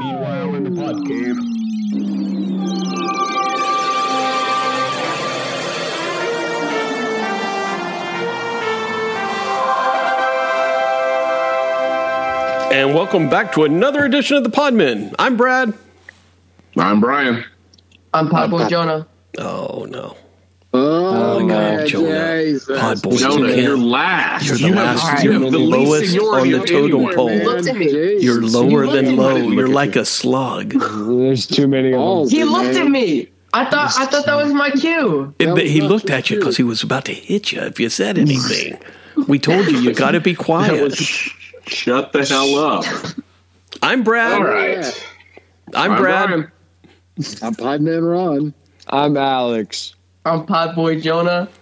Meanwhile, in the pod cave. And welcome back to another edition of the Podmen. I'm Brad. I'm Brian. I'm Pablo Jonah. Oh no, Oh, my my God, Jonah. Jesus. Pod boys, Jonah, you can't- you're last. You're the last. have- You're you have the least lowest seniority on the of totem anyone, pole. man. Looked at me. Jesus. you're lower look than at- low. look at You're you. like a slug. There's too many of Oh, them. He man. looked at me. I thought I thought that was my cue. It- That but was he not looked your at you cue. because he was about to hit you if you said anything. we told you you got to be quiet. Shut the hell up. I'm Brad. All right. I'm I'm Brad. Brian. I'm Podman Ron. I'm Alex. I'm Podboy Jonah.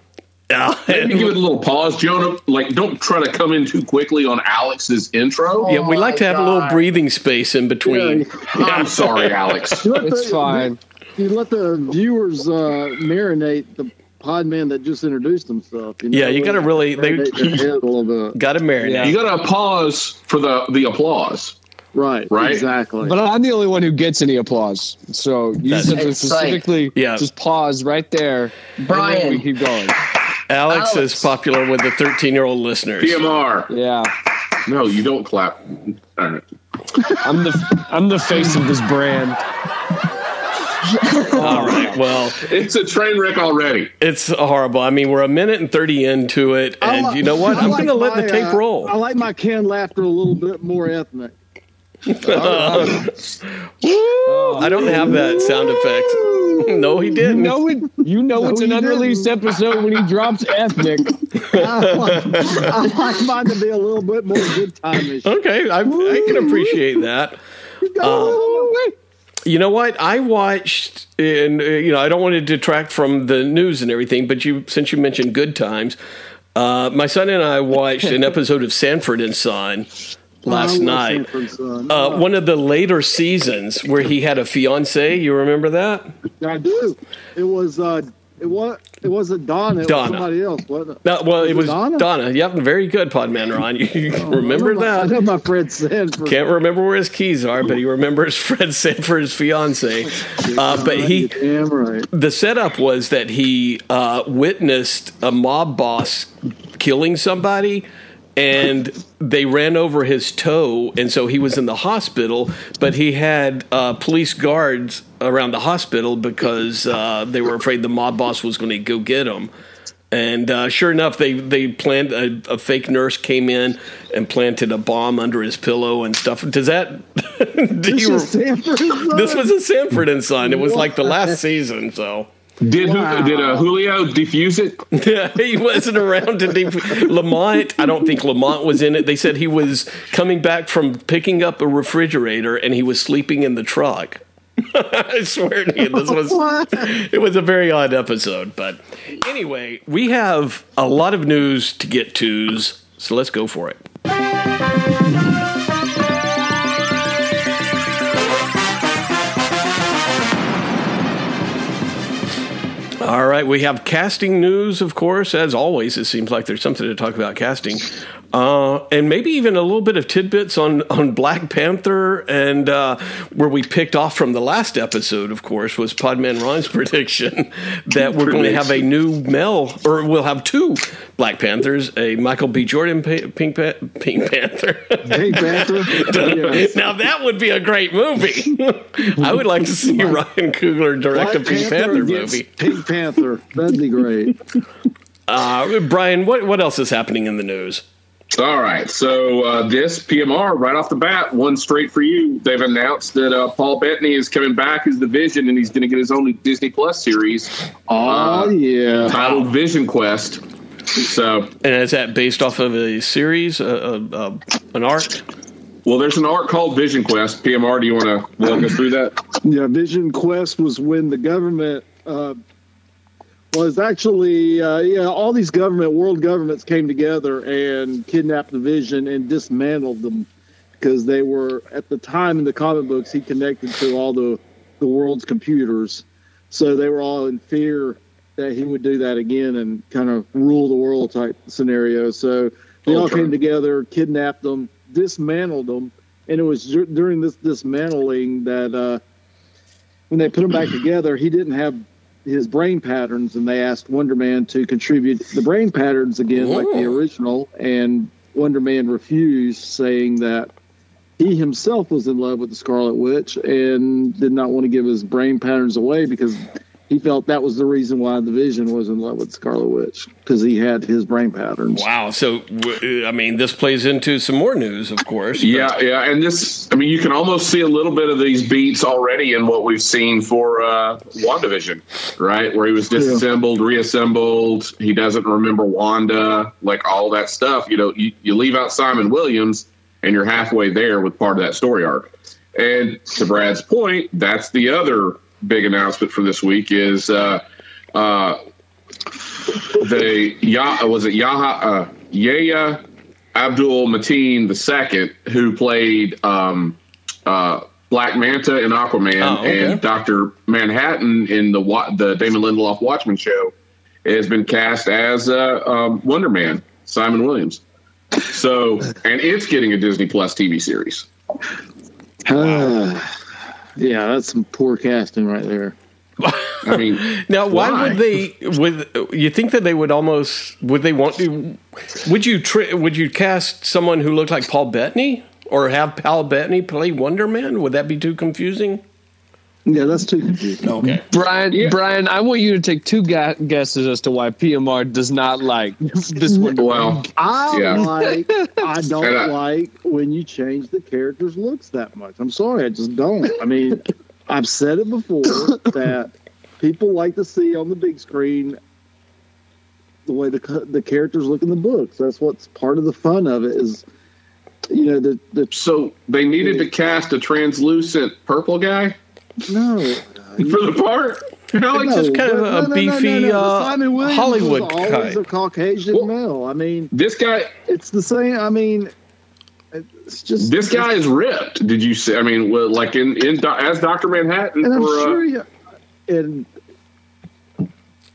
Ah, Maybe give it a little pause, Jonah. Like, don't try to come in too quickly on Alex's intro. yeah, we Oh like to my have a little God. breathing space in between. I'm sorry, Alex. You let It's the- fine. You let the viewers uh, marinate the Podman that just introduced himself. know, Yeah, you gotta really- they- marinate their head a little bit. Got to marinate. You got to pause for the the applause. Right, Right. exactly. But I'm the only one who gets any applause. So you That's- said to It's like- specifically Yeah. just pause right there. and then Oh Brian. We keep going. Alex, Alex. is popular with the 13 year old listeners. PMR. Yeah. No, you don't clap. All right. I'm the I'm the face of this brand. All right. Well, It's a train wreck already. it's horrible. I mean, we're a minute and 30 into it. I And li- you know what? I I'm like going to let the my, tape uh, roll. I like my canned laughter a little bit more ethnic. I don't have that sound effect. no, he You didn't. know it you know it's you an unreleased episode when he drops ethnic. I like, I like mine to be a little bit more good time. Okay. I, I can appreciate that. Uh, You know what? I watched, and uh, you know, I don't want to detract from the news and everything, but you since you mentioned good times, uh, my son and I watched an episode of Sanford and Son last night. Uh, one of the later seasons where he had a fiance. You remember that? I do. It was uh, it was it wasn't Donna. It Donna. was somebody else, wasn't it? No, well, it was Was Donna. it Donna? Oh, Yep, very good, Podman Ron. You remember I know my- I that? know my friend Sanford. Can't remember where his keys are, but he remembers Fred Sanford's fiance. Uh, but he. Damn right. the setup was that he uh, witnessed a mob boss killing somebody and they ran over his toe and so he was in the hospital but he had uh, police guards around the hospital because uh, they were afraid the mob boss was going to go get him and uh, sure enough they, they planned a, a fake nurse came in and planted a bomb under his pillow and stuff does that do This you is Sanford's son. this was a Sanford and Son. It was like the last season, so Did who Wow. did uh, Julio defuse it? yeah, he wasn't around to def- Lamont. I don't think Lamont was in it. They said he was coming back from picking up a refrigerator and he was sleeping in the truck. I swear to you, this was What? it was a very odd episode. But anyway, we have a lot of news to get to's, so let's go for it. All right, we have casting news, of course. As always, it seems like there's something to talk about casting, uh, and maybe even a little bit of tidbits on on Black Panther, and uh, where we picked off from the last episode, of course, was Podman Ron's prediction that we're going to have a new Mel, or we'll have two Black Panthers, a Michael B. Jordan pa- Pink, pa- Pink Panther. Hey, Panther. Yes. now that would be a great movie. I would like to see Ryan Coogler direct a Black Pink Panther against movie. Pink Panther. That'd be great. Uh, Brian, what, what else is happening in the news? All right, so uh, this PMR right off the bat, one straight for you. They've announced that uh, Paul Bettany is coming back as the Vision, and he's going to get his own Disney Plus series Oh yeah. titled Vision Quest. So, And is that based off of a series, uh, uh, uh, an arc? well, there's an art called Vision Quest. PMR, do you want to walk us through that? Yeah. Vision Quest was when the government. Uh, was actually uh, yeah all these government world governments came together and kidnapped the vision and dismantled them because they were at the time in the comic books he connected to all the the world's computers so they were all in fear that he would do that again and kind of rule the world type scenario so they all Okay. came together kidnapped them dismantled them and it was dur- during this dismantling that uh, when they put him back together, he didn't have his brain patterns, and they asked Wonder Man to contribute the brain patterns again, like the Ooh. original. And Wonder Man refused, saying that he himself was in love with the Scarlet Witch and did not want to give his brain patterns away because he felt that was the reason why the Vision was in love with Scarlet Witch because he had his brain patterns. Wow. So, w- I mean, this plays into some more news, of course. but- Yeah, yeah, and this, I mean, you can almost see a little bit of these beats already in what we've seen for uh, WandaVision, right? Where he was disassembled, reassembled, he doesn't remember Wanda, like all that stuff. You know, you, you leave out Simon Williams and you're halfway there with part of that story arc. And to Brad's point, that's the other big announcement for this week is uh, uh, the Yah was it Yaha uh, Yaya Abdul Mateen II, who played um, uh, Black Manta in Aquaman Oh, okay. and Doctor Manhattan in the Wa- the Damon Lindelof Watchmen show, has been cast as uh, um, Wonder Man Simon Williams. So, and it's getting a Disney Plus TV series. Ah, yeah, that's some poor casting right there. I mean, Now, why, Why? would they? Would you think that they would almost? Would they want to? Would you? Tri- would you cast someone who looked like Paul Bettany, or have Paul Bettany play Wonder Man? Would that be too confusing? Yeah, that's too confusing. Okay. Brian, Brian, I want you to take two ga- guesses as to why PMR does not like this one. well, I Yeah. like. I don't And I- like when you change the characters' looks that much. I'm sorry, I just don't. I mean, I've said it before that people like to see on the big screen the way the c- the characters look in the books. That's what's part of the fun of it is, you know, the the so they needed to cast a translucent purple guy no. for the part. No, Oh, it's just kind No, of no, a no, beefy no, no. uh, Simon Williams Hollywood was always a guy. Caucasian Well- male. I mean, This guy, it's the same. I mean, it's just this guy is ripped. Did you see? I mean, well, like in in Do- as Doctor Manhattan. and I'm for, uh, sure you and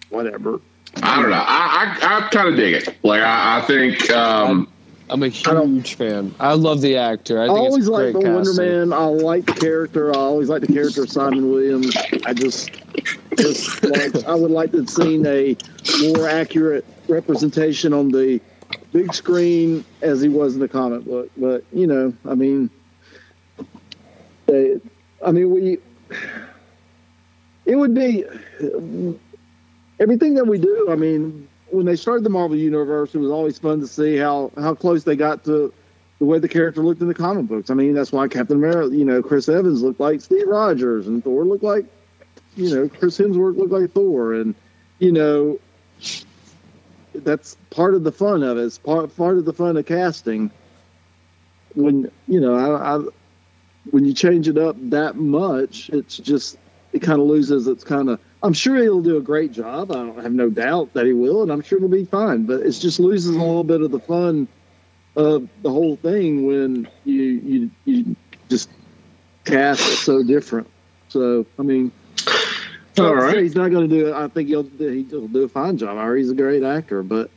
whatever. I don't know. I I, I kind of dig it. Like I, I think. Um, I'm a huge fan. I love the actor. I I think always it's like great the casting. Wonder Man. I like the character. I always like the character of Simon Williams. I just, just like, I would like to have seen a more accurate representation on the big screen as he was in the comic book. But you know, I mean, they, I mean, we. It would be everything that we do. I mean, when they started the Marvel Universe, it was always fun to see how how close they got to the way the character looked in the comic books. I mean, that's why Captain America, you know, Chris Evans looked like Steve Rogers, and Thor looked like, you know, Chris Hemsworth looked like Thor, and you know, that's part of the fun of it. It's part part of the fun of casting. When you know, I, I when you change it up that much, it's just it kind of loses its kind of. I'm sure he'll do a great job. I don't have no doubt that he will, and I'm sure it'll be fine. But it just loses a little bit of the fun of the whole thing when you you you just cast it so different. So I mean, All like I said, right. he's not going to do it. I think he'll do- he'll do a fine job. Or he's a great actor, but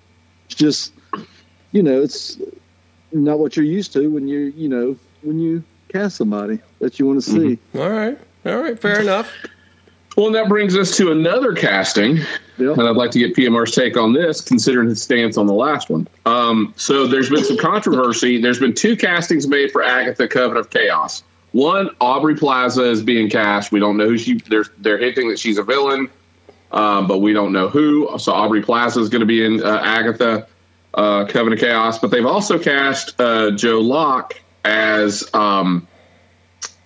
it's just you know it's not what you're used to when you you know when you cast somebody that you want to see. All right. All right. Fair enough. well, and that brings us to another casting. Yep. And I'd like to get PMR's take on this, considering his stance on the last one. Um, so there's been some controversy. There's been two castings made for Agatha Coven of Chaos. One, Aubrey Plaza is being cast. We don't know who she. They're they're hinting that she's a villain, um, but we don't know who. So Aubrey Plaza is going to be in uh, Agatha uh, Coven of Chaos. But they've also cast uh, Joe Locke as um,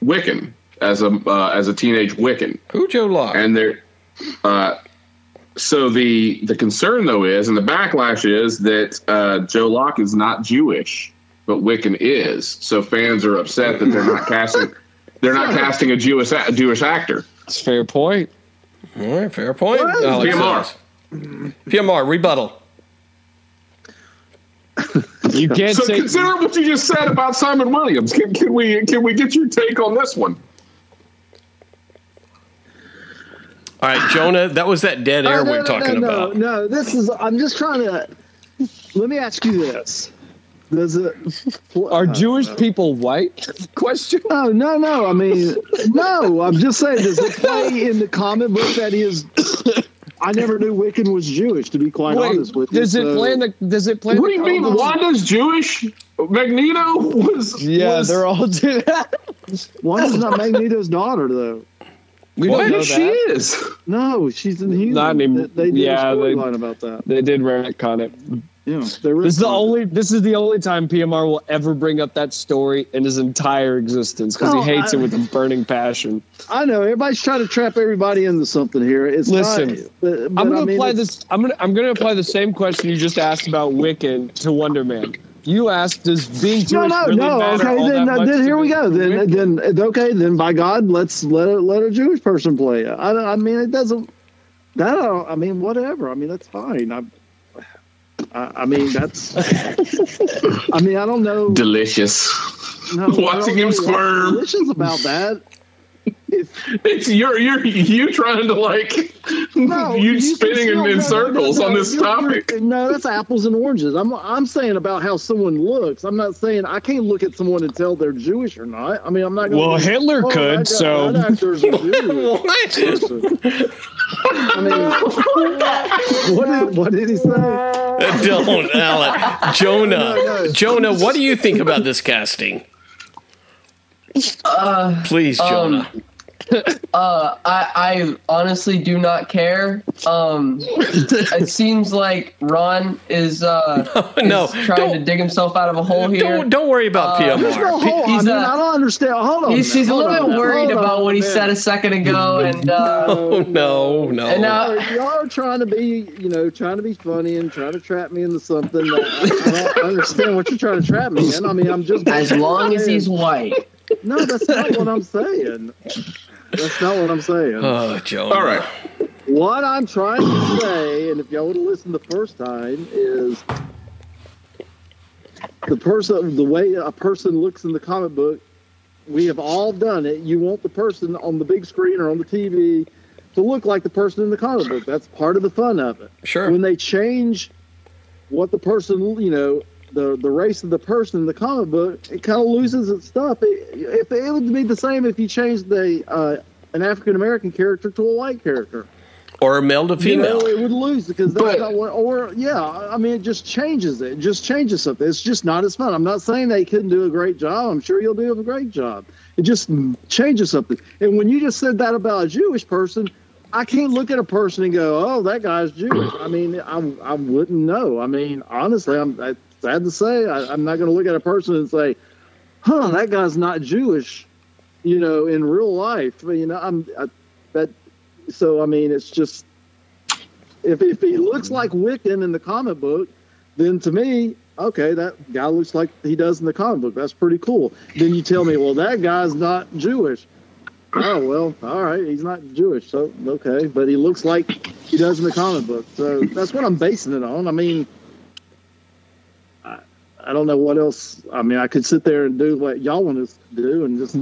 Wiccan, as a uh, as a teenage Wiccan Who Joe Locke? and there uh, so the the concern though is and the backlash is that uh, joe Locke is not jewish but wiccan is so fans are upset that they're not casting they're not casting a jewish a- jewish actor It's a fair point. All right. Fair point. What? Alex PMR. says. PMR rebuttal. You can't so say consider what you just said about simon williams can, can we can we get your take on this one All right, Jonah. That was that dead air Oh, no, we're no, talking no, about. No, no, this is. I'm just trying to. Let me ask you this: Does it? Are Jewish people white? Question. No, no, no. I mean, no. I'm just saying, does it play in the comic book that is? I never knew Wiccan was Jewish. To be quite honest with you, does it so- play in the? Does it play? What do in you the mean? comics? Wanda's Jewish. Magneto was. Yeah, was- they're all. Do that. Wanda's not Magneto's daughter, though. We What don't know she that. is? No, she's in human. Not any- They, they did yeah, a they- storyline about that. They did retcon it. Yeah, they were- This is the only. This is the only time PMR will ever bring up that story in his entire existence because No, he hates Oh, I- it with a burning passion. I know everybody's trying to trap everybody into something here. It's Listen, not, but, but I'm I gonna mean, apply it's- this. I'm gonna. I'm gonna apply the same question you just asked about Wiccan to Wonder Man. You asked, does being Jewish No, no, really no. matter Okay, all then, uh, that much then to here we the go. Then, Wiccan? then okay, then by God, let's let a, let a Jewish person play it. I, don't- I mean, it doesn't. That I don't- I mean, whatever. I mean, that's fine. I, I, I mean, that's. I mean, I don't know. Delicious. no, I don't watching him know squirm. Conditions about that. It's you're you're you trying to like No, you, spinning can still- in, in no, no, circles no, on no, this you're- topic. you're- No, that's apples and oranges. I'm I'm saying about how someone looks. I'm not saying I can't look at someone and tell they're Jewish or not. I mean, I'm not. Gonna Well, be, Hitler "Oh, could, that- so- that actor's a Jewish what? person." I mean, what did, what did he say? Don't, Alec. Jonah. Jonah, what do you think about this casting? Please, um, Jonah. Uh, I, I honestly do not care. Um, it seems like Ron is uh, no, is trying don't- to dig himself out of a hole here. Don't don't worry about Uh, There's no PMR. hole. I, he's mean, a- I don't understand. Hold on. He's, he's a minute. little Hold on bit minute. world worried Hold about on what he minute. said a second ago, and uh, Oh no, no. And, uh, Uh, y'all are trying to be, you know, trying to be funny and trying to trap me into something. That I, I don't understand what you're trying to trap me in. I mean, I'm just as long as he's white, no, that's not what I'm saying. That's not what I'm saying. oh, Jonah. All right, What I'm trying to say, and if y'all would have listened the first time, is the person, the way a person looks in the comic book, we have all done it. You want the person on the big screen or on the TV to look like the person in the comic book. That's part of the fun of it. Sure. When they change what the person, you know, the the race of the person in the comic book, it kind of loses its stuff. It, if it would be the same if you changed the uh, an African American character to a white character. Or male to You female. know, it would lose because that's But- not what, or yeah, I mean, it just changes it. It just changes something. It's just not as fun. I'm not saying they couldn't do a great job. I'm sure you'll do a great job. It just changes something. And when you just said that about a Jewish person, I can't look at a person and go, "Oh, that guy's Jewish." I mean, I, I wouldn't know. I mean, honestly, I'm I, sad to say, I, I'm not going to look at a person and say, "Huh, that guy's not Jewish." You know, in real life, you know, I'm I, that. So I mean, it's just if if he looks like Wiccan in the comic book, then to me, okay, that guy looks like he does in the comic book. That's pretty cool. Then you tell me, well, that guy's not Jewish. Oh well, all right, he's not Jewish, so okay, but he looks like he does in the comic book. So that's what I'm basing it on. I mean, I, I don't know what else. I mean, I could sit there and do what y'all want us to do and just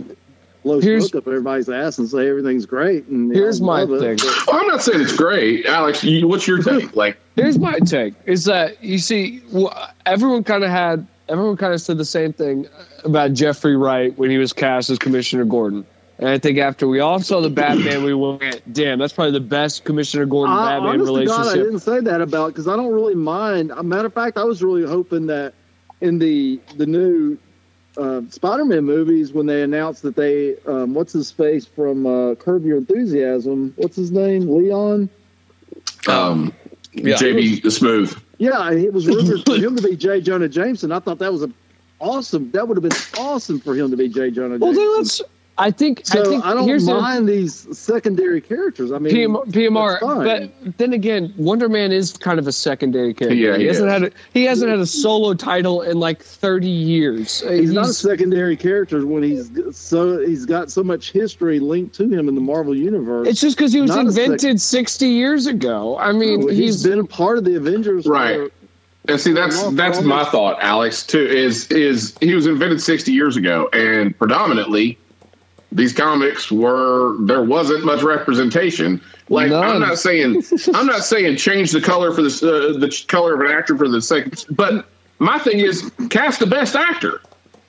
blow Here's- smoke up everybody's ass and say everything's great. And Here's y'all my love thing. it, but- Well, I'm not saying it's great, Alex. You, what's your take? Like, Here's my take: is that you see, wh- everyone kind of had, everyone kind of said the same thing about Jeffrey Wright when he was cast as Commissioner Gordon. And I think after we all saw the Batman, we went, "Damn, that's probably the best Commissioner Gordon I, Batman Uh, honest to God, I relationship." didn't say that about because I don't really mind. A matter of fact, I was really hoping that in the the new uh, Spider-Man movies, when they announced that they um, what's his face from uh, Curb Your Enthusiasm, what's his name, Leon. um, Yeah. JB Smooth. Yeah, and it was rumored for him to be J. Jonah Jameson. I thought that was a awesome. That would have been awesome for him to be J. Jonah. Well, Jameson. then let's. I think. So I I, think don't here's the- mind these secondary characters. I mean, PM, PMR, it's fine. but then again, Wonder Man is kind of a secondary character. Yeah, he he hasn't is. had a, he hasn't had a solo title in like thirty years. he's, not a secondary character when he's so he's got so much history linked to him in the Marvel universe. It's just because he was Not a sec- invented sixty years ago. I mean, he's he's been a part of the Avengers, Right. And see, that's Well, that's well, my thought, Alex. Too is is he was invented sixty years ago, and predominantly these comics were there wasn't much representation. Like None. I'm not saying I'm not saying change the color for this uh, the ch- color of an actor for the sake, but My thing is cast the best actor.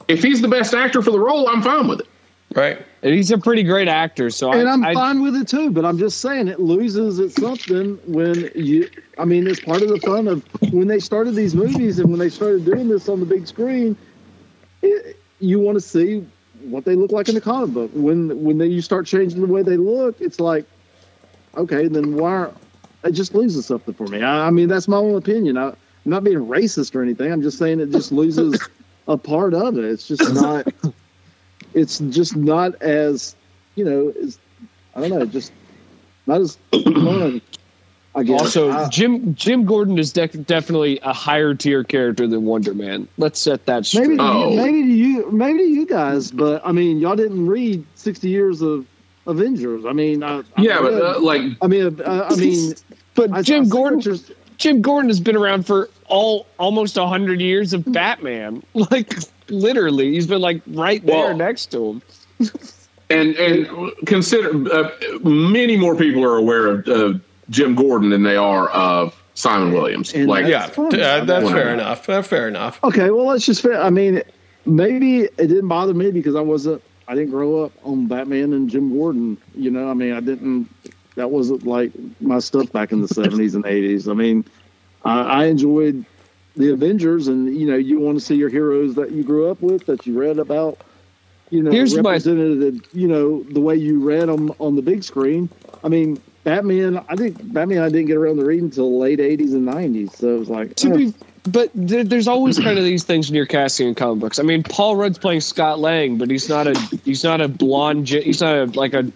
If he's the best actor for the role, I'm fine with it. right? And he's a pretty great actor, so and I, I'm I- fine with it too. But I'm just saying it loses its something when you. I mean, it's part of the fun of when they started these movies and when they started doing this on the big screen. It, you want to see what they look like in the comic book. When when they, you start changing the way they look, it's like, okay, then why? Are, it just loses something for me. I, I mean, that's my own opinion. I, I'm not being racist or anything. I'm just saying it just loses a part of it. It's just not. It's just not as you know, is I don't know, just not as fun. I guess. also I- Jim Jim Gordon is dec definitely a higher tier character than Wonder Man. Let's set that straight. maybe to Oh. you, maybe to you maybe to you guys, but I mean, y'all didn't read sixty years of Avengers. I mean, I, I Yeah, but read- uh, like I mean, uh, I mean, but I, I Jim see Gordon what you're- Jim Gordon has been around for all almost hundred years of Batman. Like literally, he's been like right there Well- next to him. and and consider uh, many more people are aware of uh, Jim Gordon than they are of Simon Williams. And like that's- Yeah, It's fun. t- uh, that's Whatever. fair enough. Uh, fair enough. Okay, well, let's just. Fit, I mean, maybe it didn't bother me because I wasn't. I didn't grow up on Batman and Jim Gordon. You know, I mean, I didn't. That wasn't like my stuff back in the seventies and eighties. I mean, I, I enjoyed the Avengers, and you know, you want to see your heroes that you grew up with, that you read about. You know, Here's my- represented. You know, the way you read them on the big screen. I mean, Batman. I think Batman. I didn't get around to reading until late eighties and nineties. So it was like To eh. be, but there, there's always kind of these things in your casting in comic books. I mean, Paul Rudd's playing Scott Lang, but he's not a he's not a blonde. gi- He's not a, like a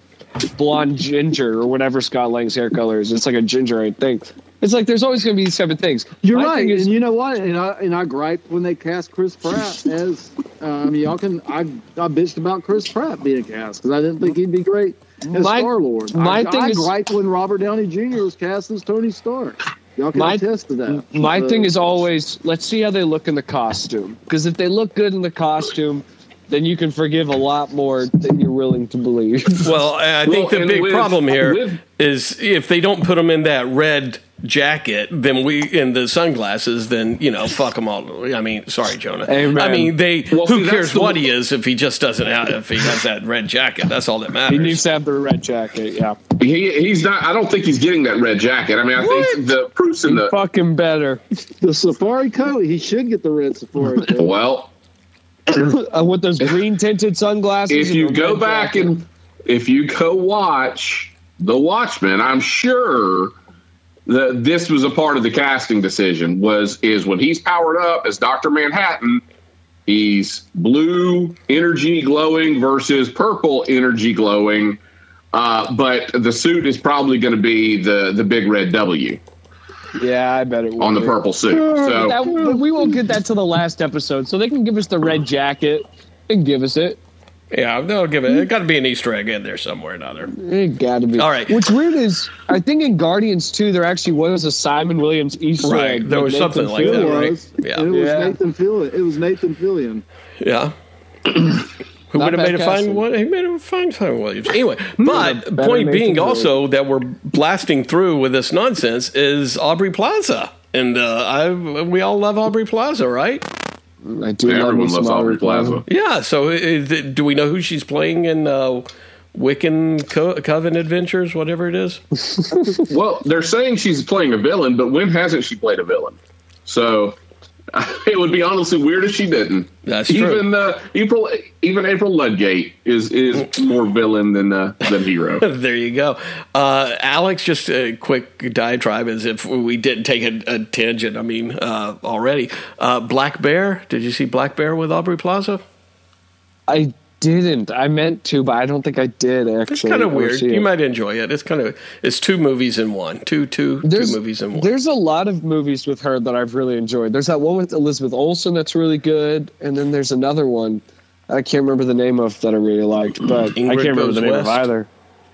blonde ginger or whatever Scott Lang's hair color is. It's like a gingerite thing. It's like there's always going to be these type of things. You're My right, thing is- and you know what? And I and I griped when they cast Chris Pratt as. Uh, I mean, y'all can. I I bitched about Chris Pratt being cast because I didn't think he'd be great as My- Star Lord. my I, thing I is- griped when Robert Downey Jr. was cast as Tony Stark. Y'all can My- attest to that. My But- thing is always let's see how they look in the costume because if they look good in the costume, then you can forgive a lot more than you're willing to believe. Well, I I think Well, the and big with- problem here is with- if they don't put them in that red jacket, then we in the sunglasses, then you know, fuck them all. I mean, sorry, Jonah. Amen. I mean, they Well, who see, that's cares the- what he is if he just doesn't have if he has that red jacket. That's all that he matters. needs to have the red jacket. Yeah, he, he's not. I don't think he's getting that red jacket. I mean, I think the proofs in the fucking better. the safari coat. He should get the red safari coat. well. Uh, with those green tinted sunglasses. if and you the go red back jacket. and if you go watch the watchmen i'm sure that this was a part of the casting decision was is when he's powered up as dr manhattan he's blue energy glowing versus purple energy glowing uh, but the suit is probably going to be the the big red w yeah, I bet it on the would. purple suit But that- so but we won't get that to the last episode, so they can give us the red jacket. They can give us it. yeah, they'll give it. It got to be an Easter egg in there somewhere or another. It gotta be. All right. What's weird is I think in Guardians 2 there actually was a Simon Williams Easter Right, egg. there that was Nathan something like that, It Fielder Yeah, right. was. Yeah. It was Yeah. Nathan Fillion. It was Nathan Fillion. Yeah. Who would have bad made a fine casting. one? He made a fine Simon Williams. Anyway, but better point Nathan being Drake. also that we're blasting through with this nonsense is Aubrey Plaza, and uh, I we all love Aubrey Plaza, right? I do love me everyone some loves aubrey plaza Yeah. So is it, do we know who she's playing in uh, Wiccan Co- Coven Adventures, whatever it is? Well, they're saying she's playing a villain, but when hasn't she played a villain? So it would be honestly weird if she didn't. That's true. even uh, April, even April Ludgate is is more villain than uh, than hero. there you go. Uh, Alex, just a quick diatribe as if we didn't take a, a tangent. I mean, uh, already. Uh, Black Bear. Did you see Black Bear with Aubrey Plaza? I didn't. I meant to, but I don't think I did actually. It's kind I of wanna weird. see You it. might enjoy it. It's kind of it's two movies in one. Two two two There's- movies in one. There's a lot of movies with her that I've really enjoyed. There's that one with Elizabeth Olsen that's really good, and then there's another one I can't remember the name of that I really liked, but I Mm, Ingrid can't remember Goes the name of West. either.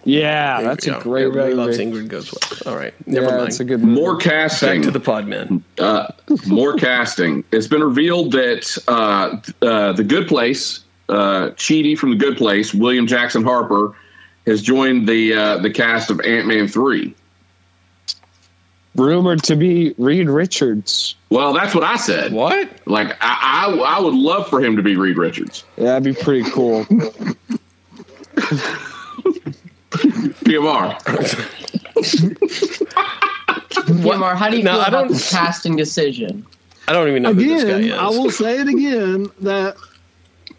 Yeah, that's Yeah, a great Everybody movie. loves Ingrid Goes West. All right, Yeah, never mind. it's a good movie. More casting. Back to the Podman. uh, more casting. It's been revealed that uh, uh, the Good Place, uh, Cheedy from the Good Place, William Jackson Harper, has joined the uh, the cast of Ant Man three. rumored to be Reed Richards. Well, that's what I said. What? Like I, I, I would love for him to be Reed Richards. Yeah, that'd be pretty cool. PMR. Yamar, how do you No, feel I about don't- this casting decision? I don't even know who this again, guy I is. will say it again that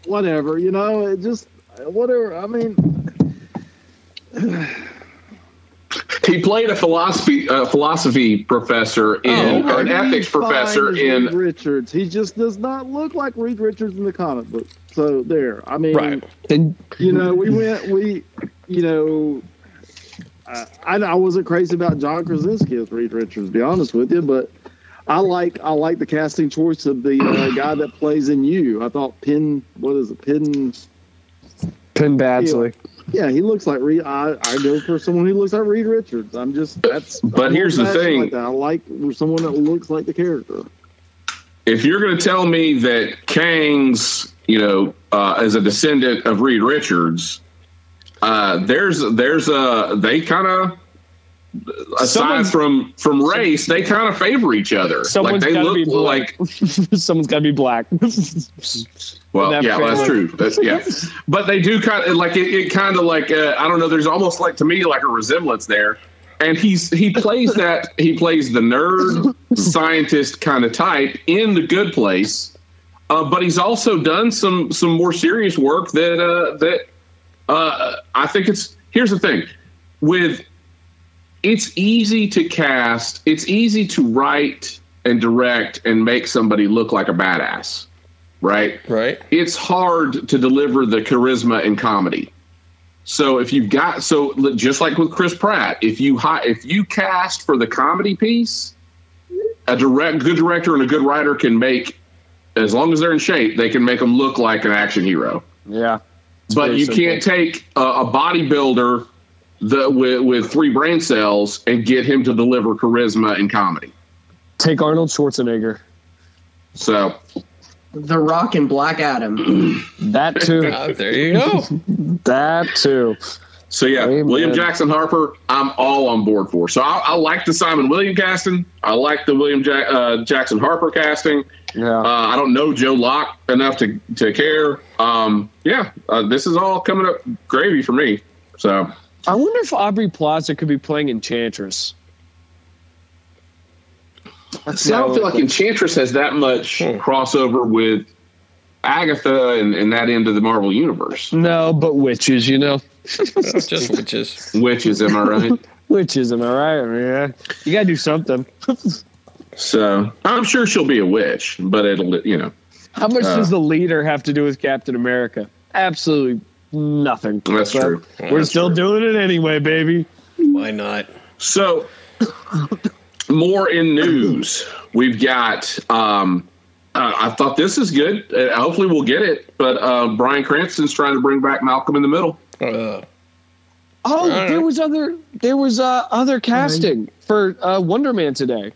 whatever, you know, it just whatever. I mean, He played a philosophy uh, philosophy professor in Oh, or an he's ethics fine professor as Reed in Richards. He just does not look like Reed Richards in the comic book. So there. I mean, Right. Then you know, we went, we, you know, I, I wasn't crazy about John Krasinski as Reed Richards, to be honest with you, but I like I like the casting choice of the uh, guy that plays in you. I thought Pin, what is it, Pin? Penn Badgley. Yeah, he looks like Reed. I, I go for someone who looks like Reed Richards. I'm just that's. But I'm here's the passionate thing. like that. I like someone that looks like the character. if you're going to tell me that Kang's, you know, uh, is a descendant of Reed Richards, uh, there's there's a they kind of aside Someone's- from from race, they kind of favor each other. Like Someone's they gotta look be like black. Someone's got to be black. well, That yeah, well, that's true. family. That's, yeah, but they do kind of like it. it kind of like uh, I don't know. There's almost like to me like a resemblance there. And he's he plays that he plays the nerd scientist kind of type in the Good Place, uh, but he's also done some some more serious work that uh, that uh, I think it's here's the thing with it's easy to cast it's easy to write and direct and make somebody look like a badass, right? Right. it's hard to deliver the charisma in comedy. So if you've got so li- just like with Chris Pratt, if you hi, if you cast for the comedy piece, a direct good director and a good writer can make as long as they're in shape, they can make them look like an action hero. yeah. but very you simple. can't take a, a bodybuilder the, with, with three brain cells and get him to deliver charisma in comedy. Take Arnold Schwarzenegger. So The Rock and Black Adam. That too. Uh, there you go. that too. So yeah, Amen. William Jackson Harper, I'm all on board for. So I, I like the Simon William casting. I like the William Jack, uh, Jackson Harper casting. Yeah. Uh, I don't know Joe Locke enough to to care. Um, yeah, uh, this is all coming up gravy for me. So I wonder if Aubrey Plaza could be playing Enchantress. See, I don't feel like Enchantress has that much crossover with Agatha and, and that end of the Marvel universe. No, but witches, you know. Uh, Just witches. Witches, am I right? Witches, am I right? I mean, yeah. You gotta do something. So I'm sure she'll be a witch, but it'll you know. How much Uh. does the leader have to do with Captain America? Absolutely nothing. That's But true. We're still doing it anyway, baby. Why not? So, more in news. We've got. Um, uh, I thought this is good. Uh, hopefully, we'll get it. But uh, Brian Cranston's trying to bring back Malcolm in the Middle. Uh, Oh, right. there was other there was uh, other casting for uh, Wonder Man today.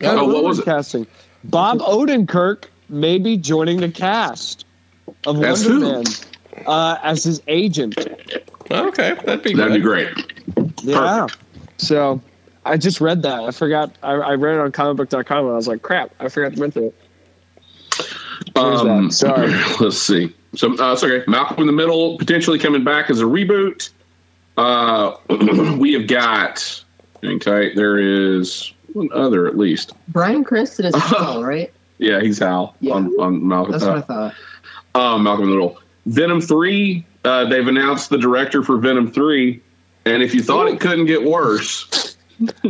Oh, what was it? casting? Bob Odenkirk may be joining the cast of As Wonder who? Man uh, as his agent. okay, that'd be That'd be good. great. Yeah. So I just read that. I forgot. I, I read it on comicbook.com and I was like, crap, I forgot to mention it. Where's that? Um, Sorry. Let's see. So, uh, it's okay. Malcolm in the Middle potentially coming back as a reboot. Uh, we have got. Hang tight. There is one other at least. Brian Cranston is Hal, right? Yeah, he's Hal Yeah. on, on Malcolm. That's uh, what I thought. Oh, Malcolm in the Middle. Venom 3, uh, they've announced the director for Venom 3. And if you thought it couldn't get worse,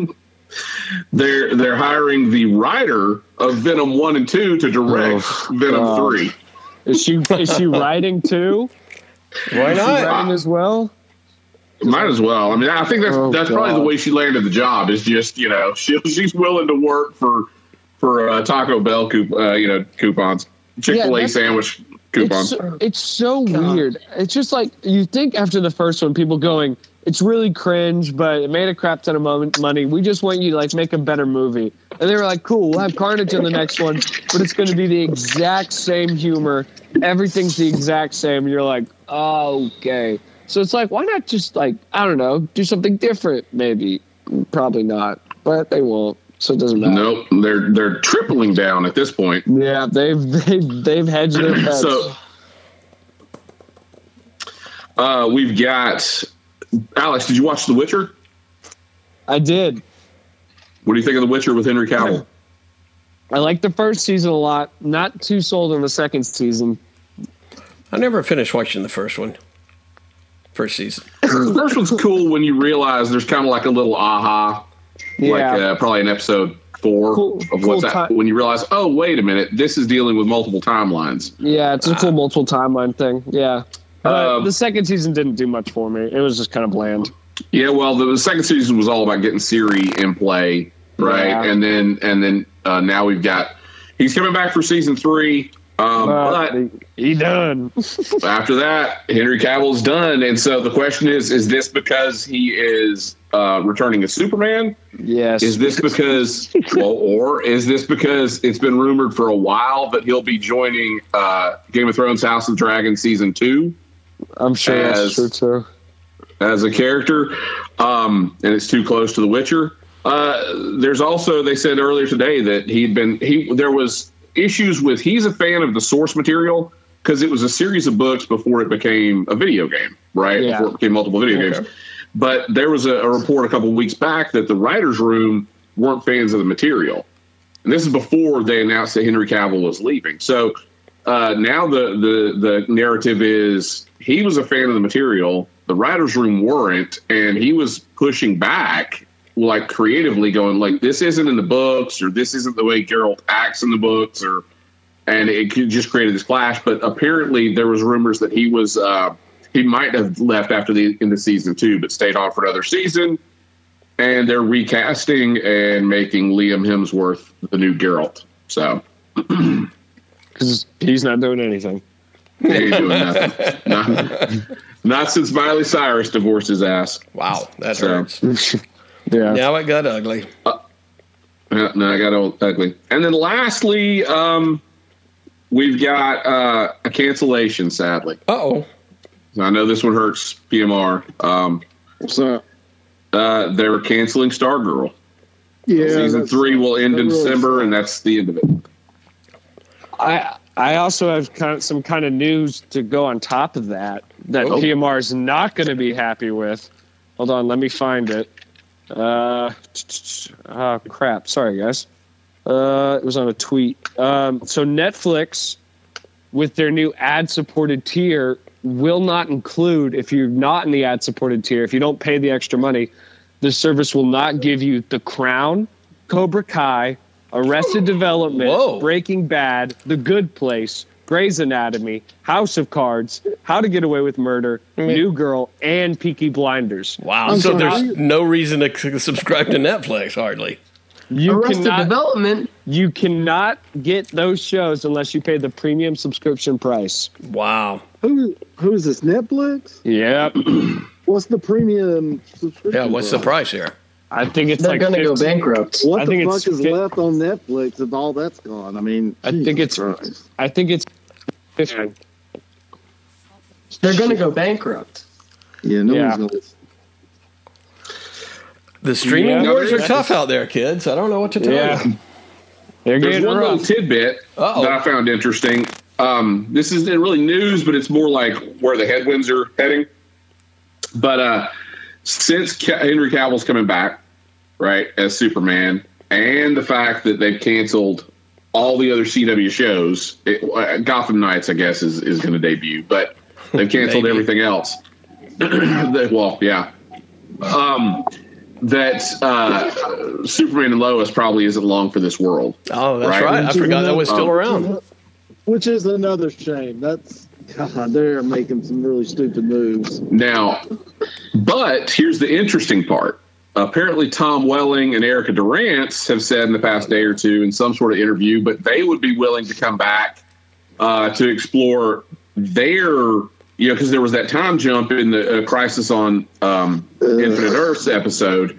they're they're hiring the writer of Venom 1 and 2 to direct Venom Oh, 3. God. Is she is she writing too? Why not? Writing as well? Might as well. I mean, I think that's Oh, that's probably God. the way she landed the job is just, you know, she, she's willing to work for for uh, Taco Bell coup, uh, you know, coupons, Chick-fil-A that's- sandwich It's coupons. so, it's so weird. It's just like you think after the first one, people going, it's really cringe, but it made a crap ton of mon- money. We just want you to like make a better movie. And they were like, cool, we'll have Carnage in the next one, but it's going to be the exact same humor. Everything's the exact same. And you're like, oh, okay. So it's like, why not just like I don't know, do something different? Maybe, probably not. but they won't, so it doesn't matter. Nope, they're they're tripling down at this point. Yeah, they've they've they've hedged their bets. So uh, we've got Alex. Did you watch The Witcher? I did. What do you think of The Witcher with Henry Cavill? I liked the first season a lot. Not too sold on the second season. I never finished watching the first one, first season. the first one's cool when you realize there's kind of like a little aha, Yeah, like uh, probably in episode four Cool- of cool what's that. ti- When you realize, oh wait a minute, this is dealing with multiple timelines. yeah, it's a cool multiple timeline thing. Yeah, but Um, the second season didn't do much for me. It was just kind of bland. Yeah, well, the, the second season was all about getting Siri in play, right? Yeah. And then and then uh, now we've got he's coming back for season three. Um, But but he done. after that, Henry Cavill's done, and so the question is: Is this because he is uh, returning as Superman? Yes. Is this because, well, or is this because it's been rumored for a while that he'll be joining uh, Game of Thrones House of Dragon season two? I'm sure as- that's true too. as a character, um, and it's too close to The Witcher. Uh, there's also they said earlier today that he'd been he there was issues with he's a fan of the source material because it was a series of books before it became a video game, right? Yeah. Before it became multiple video games. But there was a, a report a couple weeks back that the writers' room weren't fans of the material, and this is before they announced that Henry Cavill was leaving. So uh, now the, the the narrative is he was a fan of the material. The writers' room weren't, and he was pushing back, like creatively, going like, "This isn't in the books," or "This isn't the way Geralt acts in the books," or and it could- just created this clash. But apparently, there was rumors that he was uh, he might have left after the end of season two, but stayed on for another season. And they're recasting and making Liam Hemsworth the new Geralt. So Because he's not doing anything. He ain't doing nothing. not, not since Miley Cyrus divorced his ass. Wow, that So- hurts. Yeah. Now it got ugly. Uh, No, I got old ugly. And then lastly, um, we've got uh, a cancellation. Sadly, Uh oh. I know this one hurts. PMR. Um, So uh, they're canceling Stargirl. yeah, Season that's- three will end that in really December, and that's the end of it. I I also have kind of, some kind of news to go on top of that that Oh. PMR is not going to be happy with. Hold on, let me find it. Uh, oh crap! Sorry guys, uh, it was on a tweet. Um, so Netflix, with their new ad-supported tier, will not include if you're not in the ad-supported tier. If you don't pay the extra money, the service will not give you The Crown, Cobra Kai, Arrested Development, Whoa. Breaking Bad, The Good Place, Grey's Anatomy, House of Cards, How to Get Away with Murder, New Girl, and Peaky Blinders. Wow. I'm so sorry, there's how you- no reason to c- subscribe to Netflix, hardly. You Arrested cannot, Development. you cannot get those shows unless you pay the premium subscription price. Wow. Who who is this? Netflix? Yep. What's the premium subscription? Yeah. What's the price price? here? I think it's They're like gonna go 15 bankrupt. What I the think fuck it's is fif- left on Netflix if all that's gone? I mean, I think Jesus it's- Christ. I think it's 15. They're gonna go bankrupt. yeah, no Yeah. one's gonna. The streaming Yeah. wars are tough out there, kids. I don't know what to tell Yeah. you. They're There's getting one little rough. tidbit Uh-oh. that I found interesting. Um, this isn't really news, but it's more like where the headwinds are heading. But uh, since Ca- Henry Cavill's coming back, right, as Superman, and the fact that they've canceled all the other CW shows, it, uh, Gotham Knights, I guess, is, is going to debut, but they've canceled Maybe. everything else. They- well, yeah. Um, that uh, Superman and Lois probably isn't long for this world. Oh, that's Right. right. I forgot that was Um, still Oh. around. Which is another shame. That's God. They're making some really stupid moves. Now, but here's the interesting part. Apparently, Tom Welling and Erica Durance have said in the past day or two in some sort of interview, but they would be willing to come back uh, to explore their, you know, because there was that time jump in the uh, Crisis on um, Infinite Earths episode.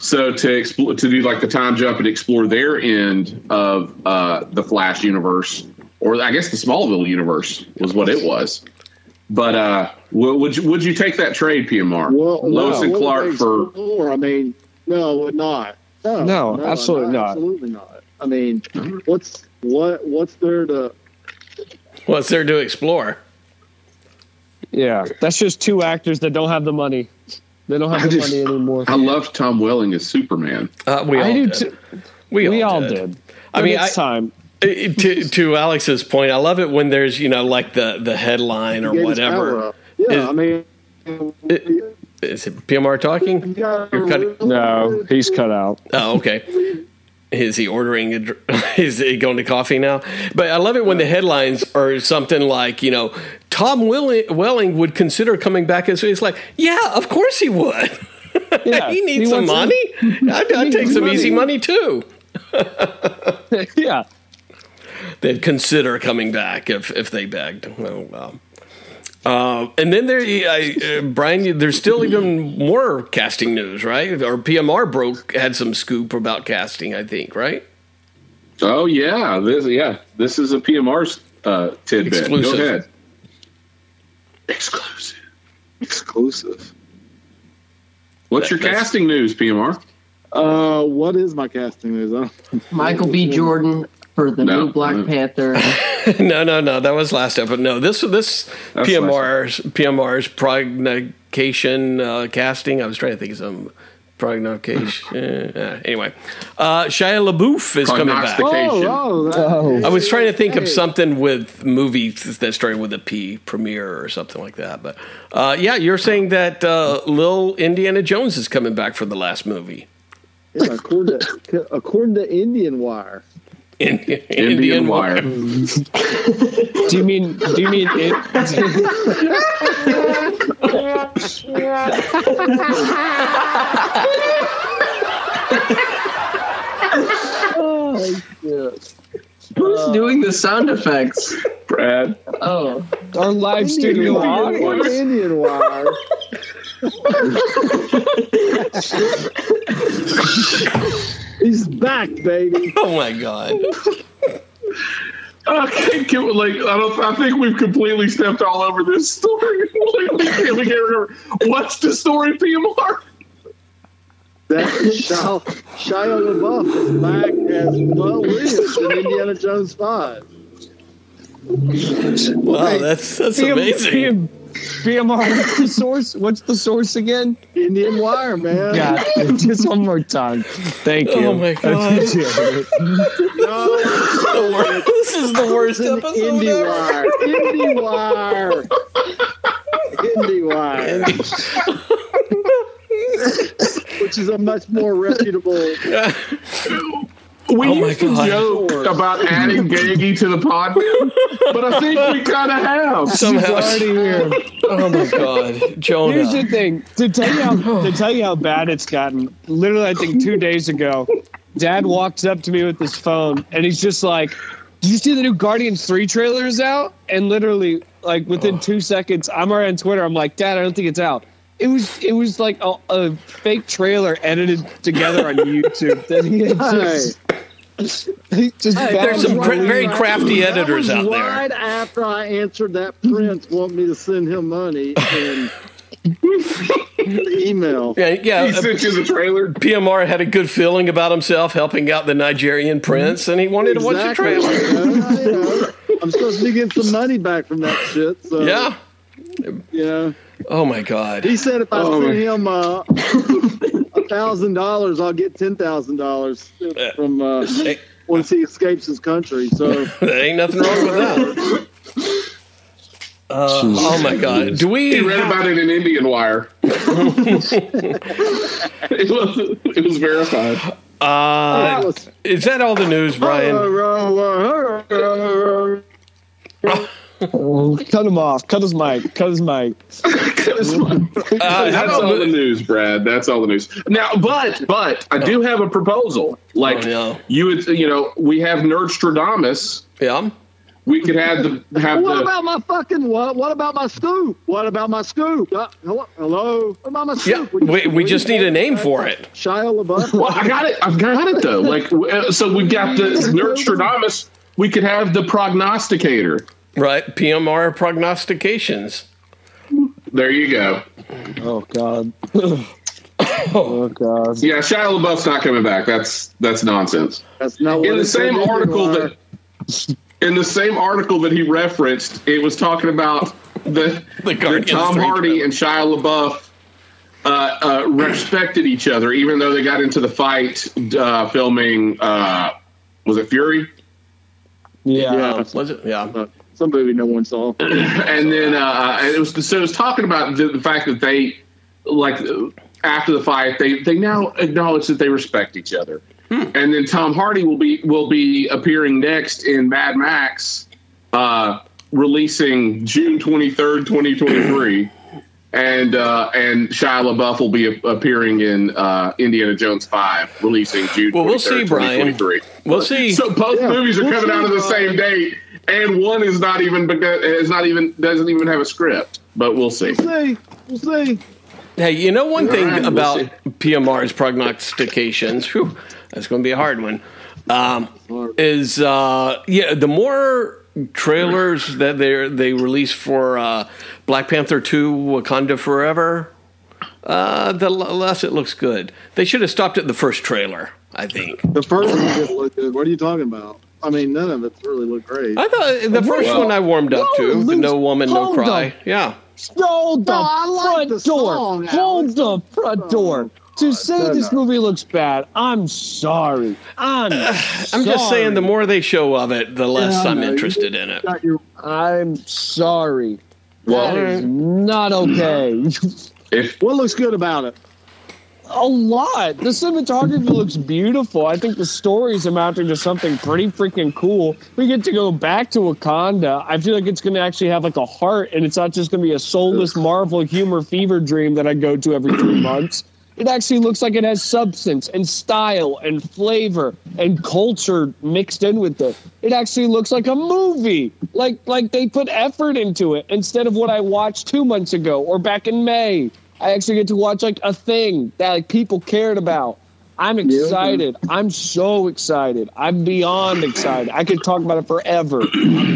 So to explore, to do like the time jump and explore their end of uh, the Flash universe, or I guess the Smallville universe was what it was. But uh, w- would you, would you take that trade, PMR? Well, Lois no, and what would Clark they for explore? I mean, no, not. No, No, absolutely not. Absolutely not. I mean, what's what? What's there to? What's there to explore? Yeah, that's just two actors that don't have the money. They don't I have the just- money anymore. I love Tom Welling as Superman. Uh, we all I do did. too. We, We all did. I I mean, mean, it's I- time. Uh, to, to Alex's point, I love it when there's you know like the the headline or get his power whatever. up. Yeah, Is- I mean, It- Is it PMR talking? You're cutting- No, he's cut out. Oh, okay. Is he ordering? A, dr- is he going to coffee now? But I love it when the headlines are something like, you know, Tom Welling, Welling would consider coming back as. It's like, yeah, of course he would. Yeah, he needs he some wants- money. I'd, I'd needs take some money. easy money too. yeah. They'd consider coming back if if they begged. Oh wow. Uh, and then there, I, uh, Brian, you- there's still even more casting news, right? Or PMR broke had some scoop about casting, I think, right? Oh yeah, this yeah, this is a PMR uh, tidbit. Exclusive. Go ahead. Exclusive. exclusive. What's your That's- casting news, PMR? Uh, what is my casting news? I don't- Michael B. Jordan for the No. new Black Mm. Panther. No, no, no. That was last episode. No, this this That's PMR's PMR's prognostication uh, casting. I was trying to think of some prognostication. uh, anyway, uh, Shia LaBeouf is coming back. Prognostic- Vacation. Oh, oh, that- Oh. I was trying to think of Hey. something with movies that started with a P, premiere or something like that. But uh, yeah, you're saying that uh, Lil Indiana Jones is coming back for the last movie. Yeah, according, to, according to Indian Wire, In, Indian, Indian Wire. Oh. Do you mean? Do you mean? It, Who's doing the sound effects? Brad. Oh, our live Indian studio Wire, audience. according to Indian Wire. He's back, baby. Oh my god! Okay, can we, like I don't. I think we've completely stepped all over this story. like, we can't, we can't remember what's the story, PMR. That Shia, Shia LaBeouf is back as Will Williams in Indiana Jones Five. Wow, Oh, that's that's amazing. BMR. What's the source? What's the source again? Indian Wire, man. Yeah, just one more time. Thank you. Oh my god! No, The wor- this is the worst it's an episode Indy ever. Wire. Indy Wire. Indy Wire. Which is a much more reputable. We Oh my used to God. joke about adding Gaggy to the pod, but I think we kind of have. Somehow, Already here. oh my god, Here's the Jonah. thing to tell you how to tell you how bad it's gotten. Literally, I think two days ago, Dad walks up to me with his phone, and he's just like, "Did you see the new Guardians Three trailer is out?" And literally, like within two seconds, I'm already on Twitter. I'm like, "Dad, I don't think it's out." It was it was like a, a fake trailer edited together on YouTube. that he had just, he just Hey, found There's some right cra- very That crafty That editors was out there. right after I answered that prince wanted me to send him money and email. Yeah, yeah. He uh, sent you the trailer. PMR had a good feeling about himself helping out the Nigerian Mm-hmm. prince, and he wanted to watch the Exactly. uh, trailer. You know, you know, I'm supposed to be getting some money back from that shit. So, Yeah. You know. Oh my God. He said if I Oh, send man. him uh, a thousand dollars, I'll get ten thousand dollars from uh, Hey. once he escapes his country. So There ain't nothing wrong with that. Uh, oh my God. Do we? He read about it in Indian Wire. it was it was verified. Uh, is that all the news, uh, Brian? Uh, Oh, cut him off. Cut his mic. Cut his mic. Uh, how That's about all mo- the news, Brad. That's all the news. Now, but but I do have a proposal. Like Oh, no. you would, you know, we have Nerdstradamus. yeah. We could have the have What the. about my fucking what? What about my scoop? What about my scoop? Uh, hello, hello. What about my Yeah. scoop? We, we just need a name for it. Shia well, LaBeouf. I got it. I've got it though. Like uh, so, we've got the Nerdstradamus. We could have the prognosticator. Right. PMR prognostications. There you go. Oh God. Oh god. Yeah, Shia LaBeouf's not coming back. That's that's nonsense. That's not what in it the said same in article our- that in the same article that he referenced, it was talking about the, The the, Guardians Tom three Hardy trailer. and Shia LaBeouf uh, uh, respected each other, even though they got into the fight uh, filming. Uh, was it Fury? Yeah. Yeah. Was it? Yeah. uh, Some movie no one saw. and then uh, and it was so it was talking about the, the fact that they like after the fight they they now acknowledge that they respect each other Hmm. and then tom hardy will be will be appearing next in mad max uh releasing june 23rd 2023 And uh, and Shia LaBeouf will be a- appearing in uh, Indiana Jones Five, releasing June. Well, we'll 23rd, see, Brian. 2023. We'll see. So both Yeah. movies are We'll coming see, out on uh, the same date, and one is not even begun- is not even doesn't even have a script. But we'll see. We'll see. We'll see. hey, you know one thing Alright, we'll about see. PMR's prognostications. Whew, that's going to be a hard one. Um, is uh, yeah, the more trailers that they they release for uh, Black Panther Two: Wakanda Forever, uh, the l- less it looks good. They should have stopped at the first trailer. I think. The first one didn't look good. What are you talking about? I mean, none of it's really looked great. I thought uh, the first Well- one I warmed up Whoa, to, the Luke's No Woman, No hold Cry. up. Yeah. Hold the No, I like front the door. song, Hold Alex. the front door. Oh, To say no, this no. movie looks bad, I'm sorry. I'm. I'm just saying, the more they show of it, the less Yeah, I I'm know. interested in it. Got your- I'm sorry. Well, That is not okay. if What looks good about it? a lot. The cinematography looks beautiful. I think the story's amounting to something pretty freaking cool. We get to go back to Wakanda. I feel like it's going to actually have like a heart, and it's not just going to be a soulless Marvel humor fever dream that I go to every three months. It actually looks like it has substance and style and flavor and culture mixed in with it. It actually looks like a movie. Like like they put effort into it instead of what I watched two months ago or back in May. I actually get to watch like a thing that like people cared about. I'm excited. I'm so excited. I'm beyond excited. I could talk about it forever.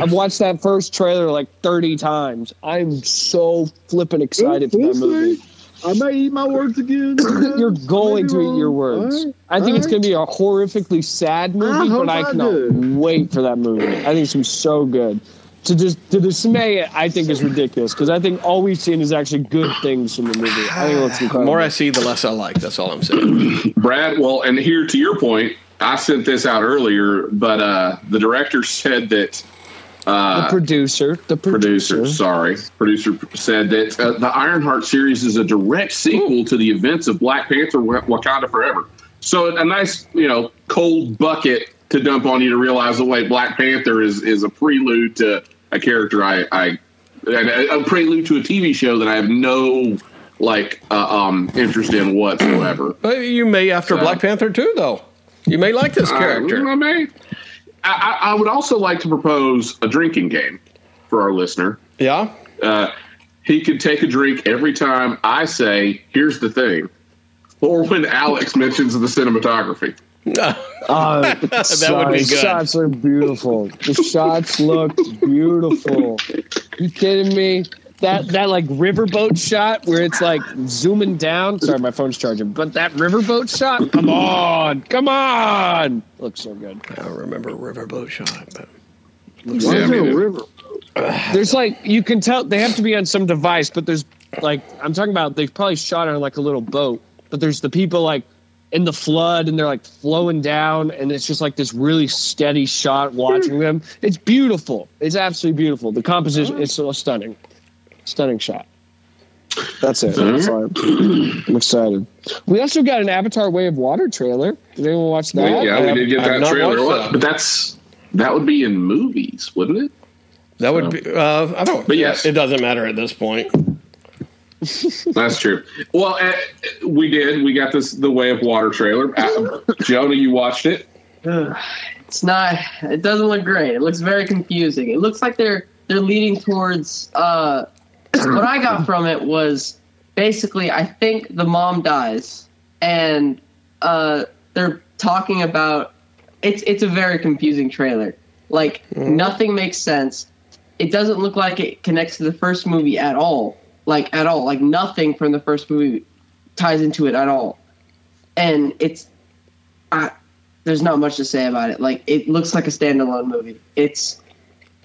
I've watched that first trailer like 30 times. I'm so flipping excited for that movie. I may eat my words again. You're going to eat your words. I think it's going to be a horrifically sad I movie, hope but I I cannot do. wait for that movie. I think it's going to be so good. To just to dismay it, I think is ridiculous because I think all we've seen is actually good things from the movie. I think it looks The incredible. more I see, the less I like. That's all I'm saying. Brad, well, and here to your point, I sent this out earlier, but uh, the director said that the producer, the producer, producer, sorry, producer said that uh, the Ironheart series is a direct sequel to the events of Black Panther: Wa- Wakanda Forever. So a nice, you know, cold bucket to dump on you to realize the way Black Panther is is a prelude to a character I, I and a, a prelude to a TV show that I have no like uh, um interest in whatsoever. But you may after So- Black Panther too, though. You may like this Uh, you know character. what I mean? I, I I would also like to propose a drinking game for our listener. Yeah. uh, he could take a drink every time I say, "Here's the thing," or when Alex mentions the cinematography. Oh, that would be The good. shots are beautiful. The shots look beautiful. You kidding me? That that like riverboat shot where it's like zooming down. Sorry, my phone's charging. But that riverboat shot. Come on, come on. Looks so good. I don't remember Riverboat Shot. But Yeah, Why I is there mean, a river? There's like you can tell they have to be on some device, but there's like I'm talking about they probably shot on like a little boat, but there's the people like in the flood and they're like flowing down and it's just like this really steady shot watching them. It's beautiful. It's absolutely beautiful. The composition it's so stunning. Stunning shot. That's it. That's all I- I'm excited. We also got an Avatar Way of Water trailer. Did anyone watch we- that? Um, yeah, we did I've get that not trailer, watched What- that. but that's that would be in movies, wouldn't it? that would be. Uh, I don't. But yes. it doesn't matter at this point. That's true. Well, uh, we did. We got this the Way of Water trailer. Uh, Jonah, you watched it. It's not. It doesn't look great. It looks very confusing. It looks like they're they're leading towards. Uh, what I got from it was basically, I think the mom dies, and uh, they're talking about. It's it's a very confusing trailer. Like nothing makes sense. It doesn't look like it connects to the first movie at all. Like at all. Like nothing from the first movie ties into it at all. And it's, I, there's not much to say about it. Like it looks like a standalone movie. It's,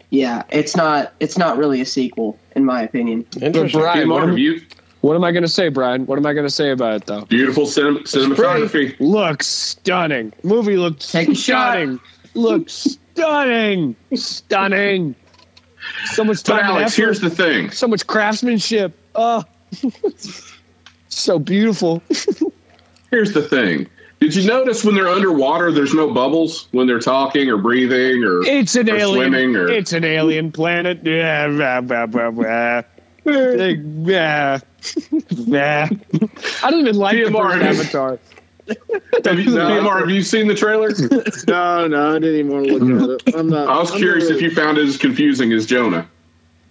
yeah, it's not, it's not really a sequel in my opinion. Interesting. Right. Hey, Marv, you- What am I going to say, Brian? What am I going to say about it, though? beautiful cinem- cinematography. Looks stunning. Movie looks Take a shot. stunning. Looks stunning. Stunning. So much time But and Alex, effort. here's the thing. so much craftsmanship. Oh, so beautiful. Here's the thing. Did you notice when they're underwater, there's no bubbles when they're talking or breathing or It's an Or alien. swimming or- It's an alien planet. Yeah, blah, blah, blah, blah. Big, blah, blah. I don't even like the TMR. first Avatar. Have you, DMR, have you seen the trailer? No, no, I didn't even want to look at it. I'm not. I was I'm curious not if you found it as confusing as Jonah.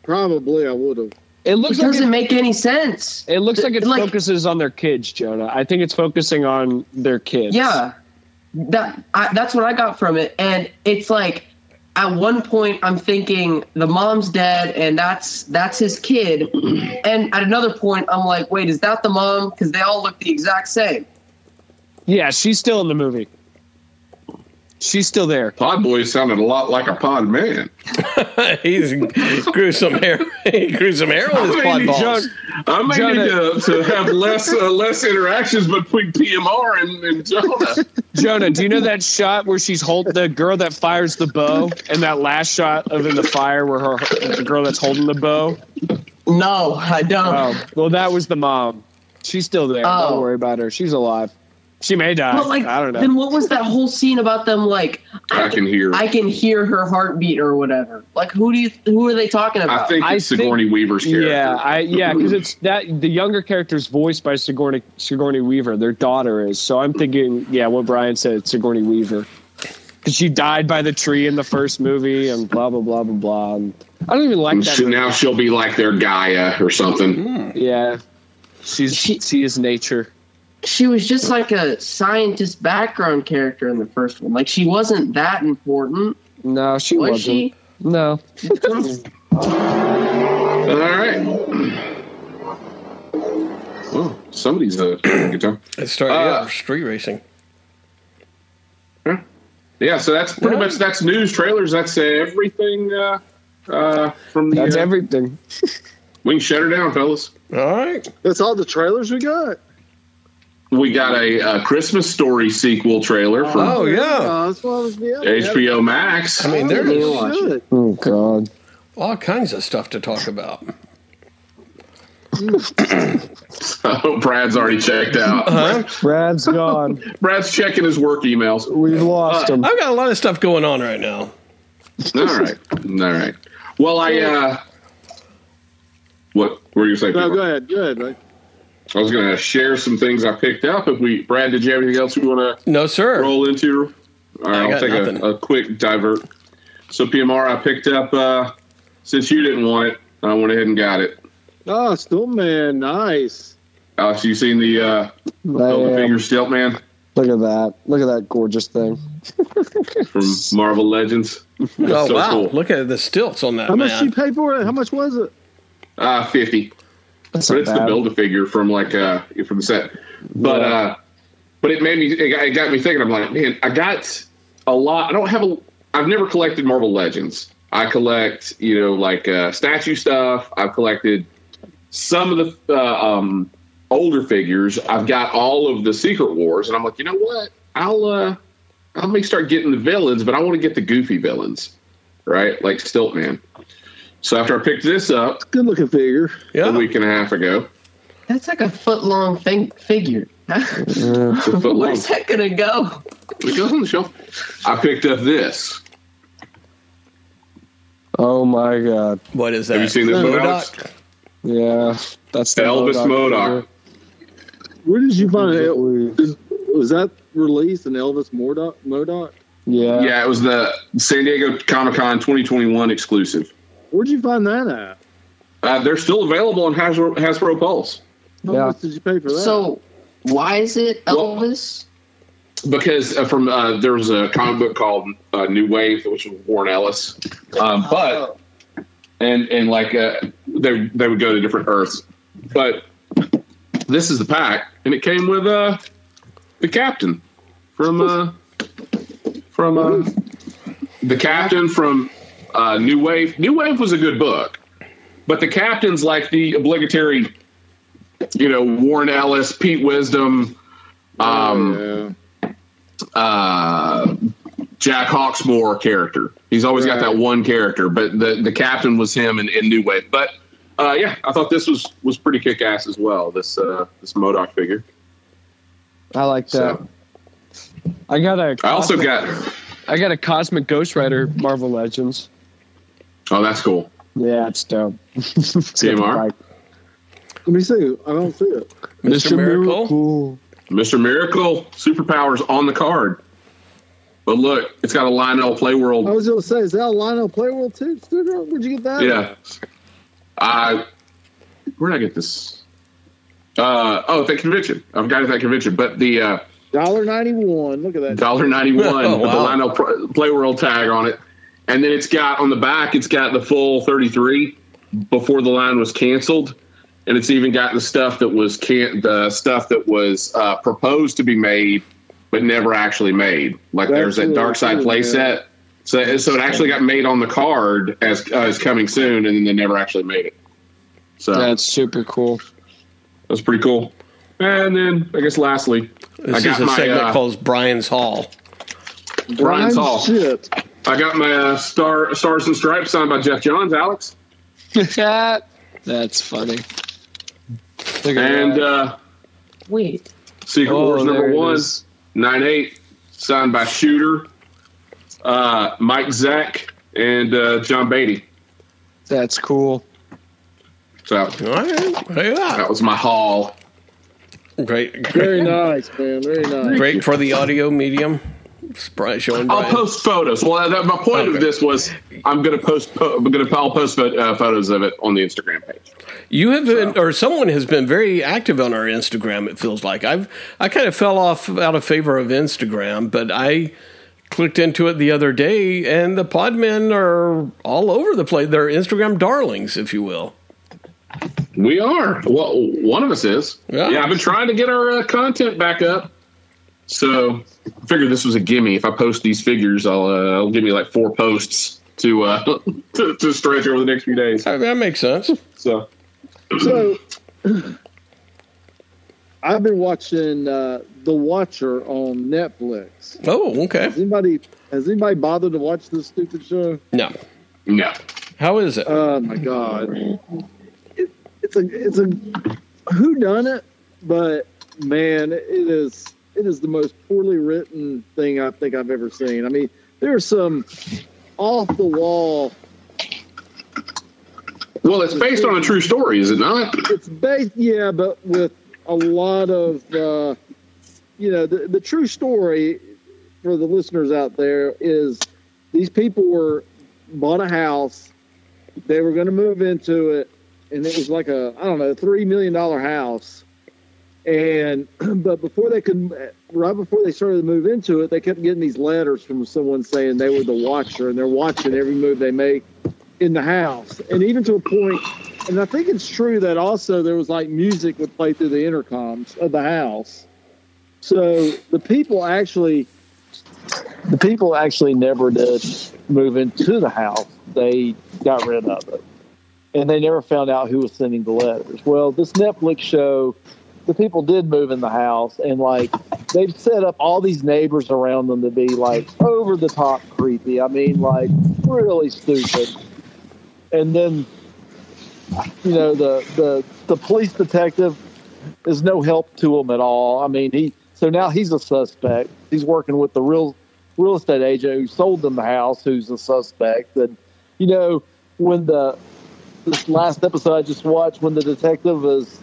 Probably, I would have. It It looks like doesn't it, make any sense. it looks like it Like- focuses on their kids, Jonah. I think it's focusing on their kids. Yeah, that I, that's what I got from it, and it's like at one point I'm thinking the mom's dead, and that's that's his kid, and at another point I'm like, wait, is that the mom? Because they all look the exact same. Yeah, she's still in the movie. She's still there. Pod Boy sounded a lot like a pod man. He's gruesome hair. he grew some hair on his I pod mean, balls. John- I may Jonah- need to, to have less uh, less interactions between PMR and, and Jonah. Jonah, do you know that shot where she's holding the girl that fires the bow, and that last shot of in the fire where her the girl that's holding the bow? No, I don't. Oh, well, that was the mom. She's still there. Oh. Don't worry about her. She's alive. She may die. But like, I don't know. then what was that whole scene about them? Like, I can hear. I I, can hear her heartbeat or whatever. Like, who do you? Who are they talking about? think I it's Sigourney Weaver's character. yeah, I yeah, because it's that the younger character's voiced by Sigourney Sigourney Weaver. Their daughter is. So I'm thinking, yeah, what Brian said, Sigourney Weaver, because she died by the tree in the first movie, and blah blah blah blah blah. And I don't even like And that. she- movie. now she'll be like their Gaia or something. Hmm. Yeah, she's she, She- is nature. she was just like a scientist background character in the first one. Like, she wasn't that important, No, she was wasn't. she? No, All right. Well, somebody's uh, a guitar. It started Uh, yeah, street racing. Yeah, so that's pretty much that's news, trailers, that's uh, everything uh, uh, from the. that's uh, everything. we can shut her down, fellas. All right. That's all the trailers we got. We got a, uh Christmas Story sequel trailer from Oh yeah. Uh, that's what I was Oh, yeah, HBO Max. I mean, there yeah, is we should. Oh God. all kinds of stuff to talk about. Oh, Brad's already checked out. Uh-huh. Brad's gone. Brad's checking his work emails. We've lost him. I've got a lot of stuff going on right now. All right, all right. Well, I. Uh, what were you saying? No, Peter? go ahead. Go ahead. Mike. I was going to share some things I picked up. If we, Brad, did you have anything else you want to? No sir. roll into. All I right, I'll got take nothing. a, a quick divert. So PMR, I picked up uh, since you didn't want it, I went ahead and got it. Oh, Stuntman, nice. Alex, you seen the uh, Oh, Golden Damn. Finger Stilt Man Look at that. Look at that gorgeous thing. from Marvel Legends? Oh so wow! cool. Look at the stilts on that How much did man. you pay for it? How much was it? Uh, fifty, That's but not it's the bad. Build a Figure from like uh, from the set. But Yeah. uh, but it made me it got, it got me thinking. I'm like, man, I got a lot. I don't have a. I've never collected Marvel Legends. I collect you know like uh, statue stuff. I've collected some of the uh, um, older figures. I've got all of the Secret Wars, and I'm like, you know what? I'll uh, I may start getting the villains, but I want to get the goofy villains, right? Like Stiltman. So after I picked this up Good looking figure. yeah. a week and a half ago, That's like a foot long thing figure. it's a foot long. Where's that gonna go? It goes on the shelf. I picked up this. Oh my god. What is that? Have you seen this, MODOK? Alex? Yeah. That's the Elvis Modoc. Where did you find it? Modoc. Is- Was that released in Elvis Modoc? Modoc? Yeah. Yeah, it was the San Diego Comic Con 2021 exclusive. Where'd you find that at? Uh, they're still available on Hasbro, Hasbro Pulse How Yeah. much did you pay for that? So, why is it Well- Elvis? because uh, from uh, there was a comic book called uh, New Wave, which was Warren Ellis. Um, Oh. but and and like uh, they they would go to different Earths, but This is the pack, and it came with uh, the captain from uh, from uh, the captain from uh, New Wave. New Wave was a good book, but the captain's like the obligatory, you know, Warren Ellis, Pete Wisdom, um, uh, Jack Hawksmore character. He's always got that one character, but the the captain was him in, in New Wave. But uh, yeah, I thought this was was pretty kick ass as well. This uh, this Modoc figure. I like that. So I got a. I also cosmic- got. I got a Cosmic Ghost Rider Marvel Legends. Oh, that's cool. Yeah, it's dope. TMR? Let me see. I don't see it. Mr. Miracle. Mr. Miracle superpowers on the card. But look, it's got a Lionel I Playworld. was going to say, is that a Lionel Playworld too? sticker? Where'd you get that? Yeah. I where'd I get this? Uh, oh, at the convention. I've got it at that convention. But the uh, Dollar ninety one. Look at that. dollar ninety one Oh, with the wow. Lionel Pr- Playworld tag on it, and then it's got on the back it's got the full thirty three before the line was canceled, and it's even got the stuff that was can the stuff that was uh, proposed to be made but never actually made. Like That's there's that cool, Dark Side cool, playset. yeah. So, so it actually got made on the card as uh, as coming soon, and then they never actually made it. So That's super cool. that's pretty cool. And then I guess lastly, I This got is a my, segment uh, called Brian's Hall. Brian's Brian Hall. Shit. I got my uh, star stars and stripes signed by Jeff Johns, Alex, That's funny. Look at and that. uh, Wait. Secret Oh, Wars there number it one is. nine eight signed by Shooter, uh, Mike Zack, and uh, John Beatty. that's cool. So All right. Yeah. that was my haul. Great. Very Great, nice, man. Very nice. great for the audio medium. It's Brian showing I'll Brian. post photos. Well, that, my point Okay. of this was I'm going to post. Po- I'm going to. I'll post pho- uh, photos of it on the Instagram page. You have been, or someone has been very active on our Instagram. It feels like I've, I kind of fell off out of favor of Instagram, but I clicked into it the other day, and the Podmen are all over the place. They're Instagram darlings, if you will. We are. Well, one of us is. Yeah. Yeah, I've been trying to get our uh, content back up. So I figured this was a gimme. If I post these figures, I'll, uh, I'll give me like four posts to, uh, to to stretch over the next few days. Uh, That makes sense. So So I've been watching uh, The Watcher on Netflix. Oh, okay. Has anybody has anybody bothered to watch this stupid show? No, no, how is it? Oh my god. It, it's a it's a who done it, but man, it is it is the most poorly written thing I think I've ever seen. I mean, there are some off the wall. well, it's based on a true story, is it not? It's based yeah, but with a lot of uh, you know the, the true story for the listeners out there is these people were bought a house, they were going to move into it, and it was like a I don't know three million dollar house, and but before they could right before they started to move into it, they kept getting these letters from someone saying they were the watcher and they're watching every move they make in the house, and even to a point, and I think it's true that also there was like music would play through the intercoms of the house. So the people actually, the people actually never did move into the house. They got rid of it, and they never found out who was sending the letters. Well, this Netflix show, the people did move in the house, and like they've set up all these neighbors around them to be like over the top creepy. I mean, like really stupid. And then, you know, the the the police detective is no help to him at all. I mean, he so now he's a suspect. He's working with the real real estate agent who sold them the house, who's a suspect. And you know, when the this last episode I just watched, when the detective is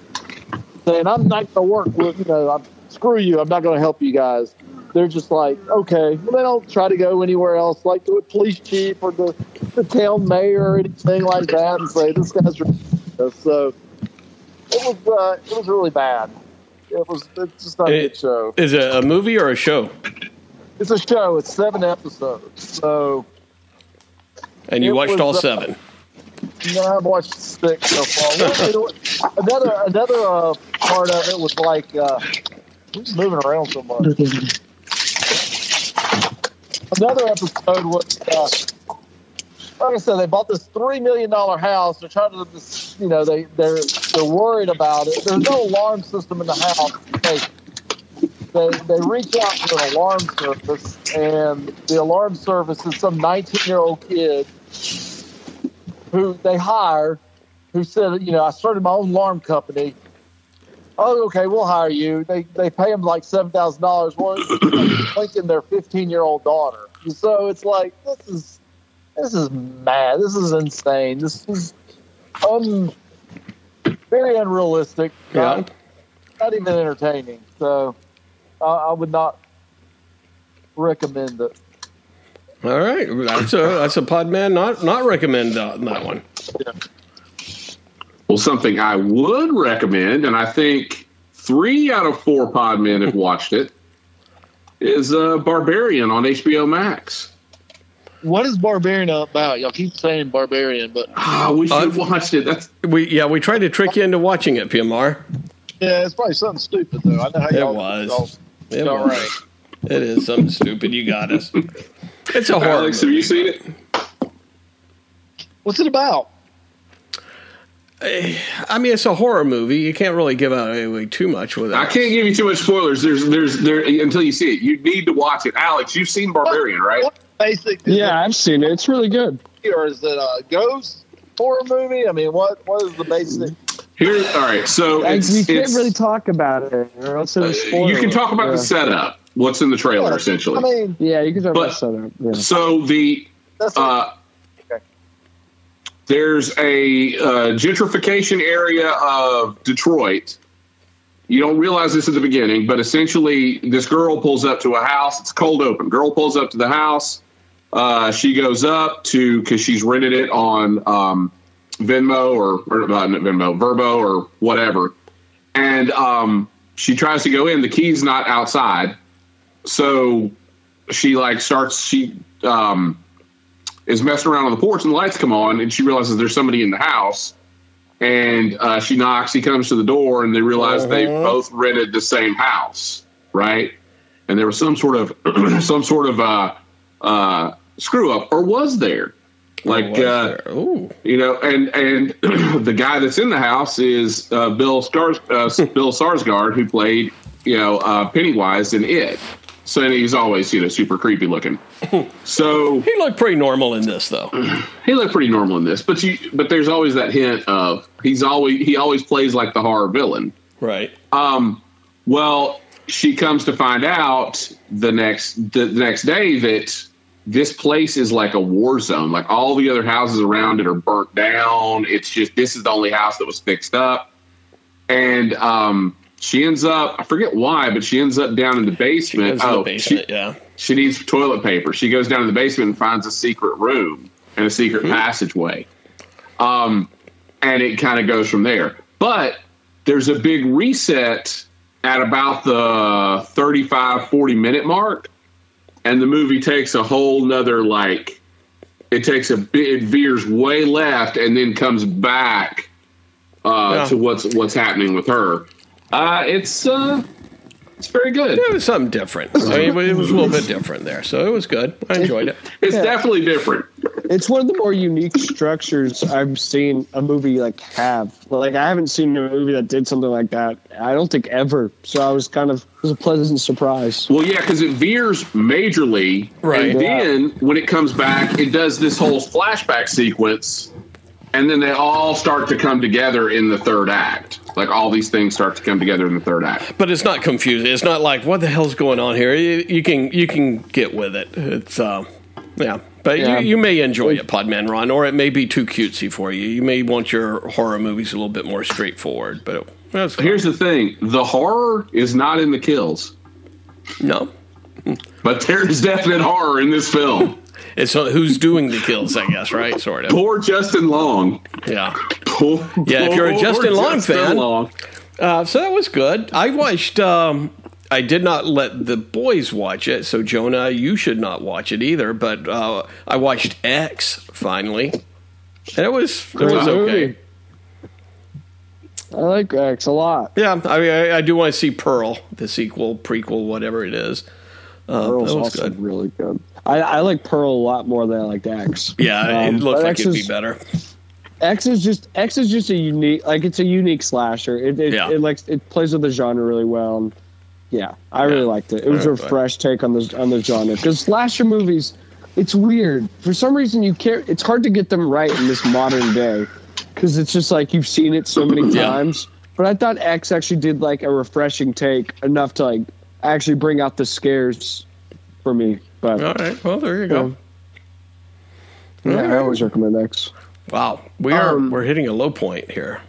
saying, "I'm not going to work with you know, I'm, screw you, I'm not going to help you guys." They're just like, okay. Well, they don't try to go anywhere else, like to a police chief or the, the town mayor or anything like that, and say this guy's ridiculous. So it was uh, it was really bad. It was it's just not a It- good show. Is it a movie or a show? It's a show. It's seven episodes. So And you It watched was, all uh, seven. No, I've watched six so far. Well, it wa- another another uh, part of it was like uh, he's moving around so much. Another episode was uh, like I said, they bought this three million dollar house. They're trying to, this- you know, they they're they're worried about it. There's no alarm system in the house. They they, they reach out to an alarm service, and the alarm service is some 19 year old kid who they hired, who said, you know, I started my own alarm company. Oh, okay, we'll hire you. They they pay him like seven thousand dollars. Well, it's linking their fifteen year old daughter. So it's like this is this is mad. This is insane. This is um very unrealistic. Yeah. Not, not even entertaining. So I I would not recommend it. All right, that's a that's a Podman not not recommend uh, that one. Well, something I would recommend, and I think three out of four pod men have watched it, is uh, Barbarian on HBO Max. What is Barbarian about? Y'all keep saying Barbarian, but Ah, we should have Uh, watched it. That's We yeah, we tried to trick you into watching it, PMR. yeah, it's probably something stupid though. I know how It y'all was. It Y'all, y'all was. right. It is something stupid. You got us. It's a horror. Alex. Have you seen it? What's it about? I mean, it's a horror movie. You can't really give out away too much with it. I can't give you too much spoilers. There's, there's, there until you see it. You need to watch it, Alex. You've seen Barbarian, right? What basic? Is Yeah, I've seen it. It's really good. it, or is it a ghost horror movie? I mean, what what is the basic? Here, all right. So I, it's, we can't it's- Uh, really talk about it, or else it'll spoil you can it. talk about yeah. the setup. What's in the trailer, essentially. I mean, Yeah, you can talk But- about setup. Yeah. so the that's uh, Okay. there's a uh, gentrification area of Detroit. You don't realize this at the beginning, but essentially, this girl pulls up to a house. It's cold open. Girl pulls up to the house. Uh, she goes up to because she's rented it on um, Venmo or, or uh, not Venmo, Verbo or whatever, and um, she tries to go in. The key's not outside, so she like starts. She um, is messing around on the porch and the lights come on and she realizes there's somebody in the house and uh, she knocks he comes to the door and they realize they Uh-huh. both rented the same house right and there was some sort of some sort of uh, uh, screw up or was there like Was uh, there? Ooh, you know and and the guy that's in the house is uh, bill Stars, uh, bill sarsgaard who played you know uh, pennywise in it so and he's always you know super creepy looking so he looked pretty normal in this though. he looked pretty normal in this, but you but there's always that hint of he's always he always plays like the horror villain. Right. Well, she comes to find out the next the, the next day that this place is like a war zone. Like all the other houses around it are burnt down. It's just this is the only house that was fixed up, and um, she ends up I forget why, but she ends up down in the basement. Goes in the Oh, she- basement. yeah. she needs toilet paper. She goes down to the basement and finds a secret room and a secret passageway. Um, and it kind of goes from there. But there's a big reset at about the 35, 40 minute mark. And the movie takes a whole nother, like, it takes a bit, it veers way left and then comes back uh, Yeah. to what's what's happening with her. Uh, it's uh, it's very good. It was something different. I mean, it was a little bit different there, so it was good. I enjoyed it. It's definitely different. It's one of the more unique structures I've seen a movie like have. Like I haven't seen a movie that did something like that. I don't think ever. So I was kind of it was a pleasant surprise. Well, yeah, because it veers majorly, Right. And then when it comes back, it does this whole flashback sequence, and then they all start to come together in the third act. Like all these things start to come together in the third act. But it's not confusing. It's not like what the hell's going on here. You, you can you can get with it. It's um, yeah. But Yeah. you, you may enjoy it, Podman Ron, or it may be too cutesy for you. You may want your horror movies a little bit more straightforward. But it, that's fine. Here's the thing: the horror is not in the kills, no. but there is definite horror in this film. It's uh, who's doing the kills, I guess, right? Sort of. Poor Justin Long. Yeah. Poor, Yeah, if you're a poor Justin Long fan- Long. Uh, so that was good. I watched. Um, I did not let the boys watch it, so Jonah, you should not watch it either. But uh, I watched X finally. And it was it Great was okay. movie. I like X a lot. Yeah, I mean, I, I do want to see Pearl, the sequel, prequel, whatever it is. Uh, Pearl's that one's also good. really good. I, I like Pearl a lot more than I like X. Yeah, Um, it looks but like X it'd be is- better. X is just X is just a unique like it's a unique slasher. It it, Yeah. it likes it plays with the genre really well. And yeah, I Yeah. really liked it. It was All a right, bye. fresh take on the on the genre because slasher movies, it's weird for some reason you can't. It's hard to get them right in this modern day because it's just like you've seen it so many Yeah. times. But I thought X actually did like a refreshing take enough to like actually bring out the scares for me. But All right, well there you go. yeah, I always recommend X. Wow, we are Um, we're hitting a low point here.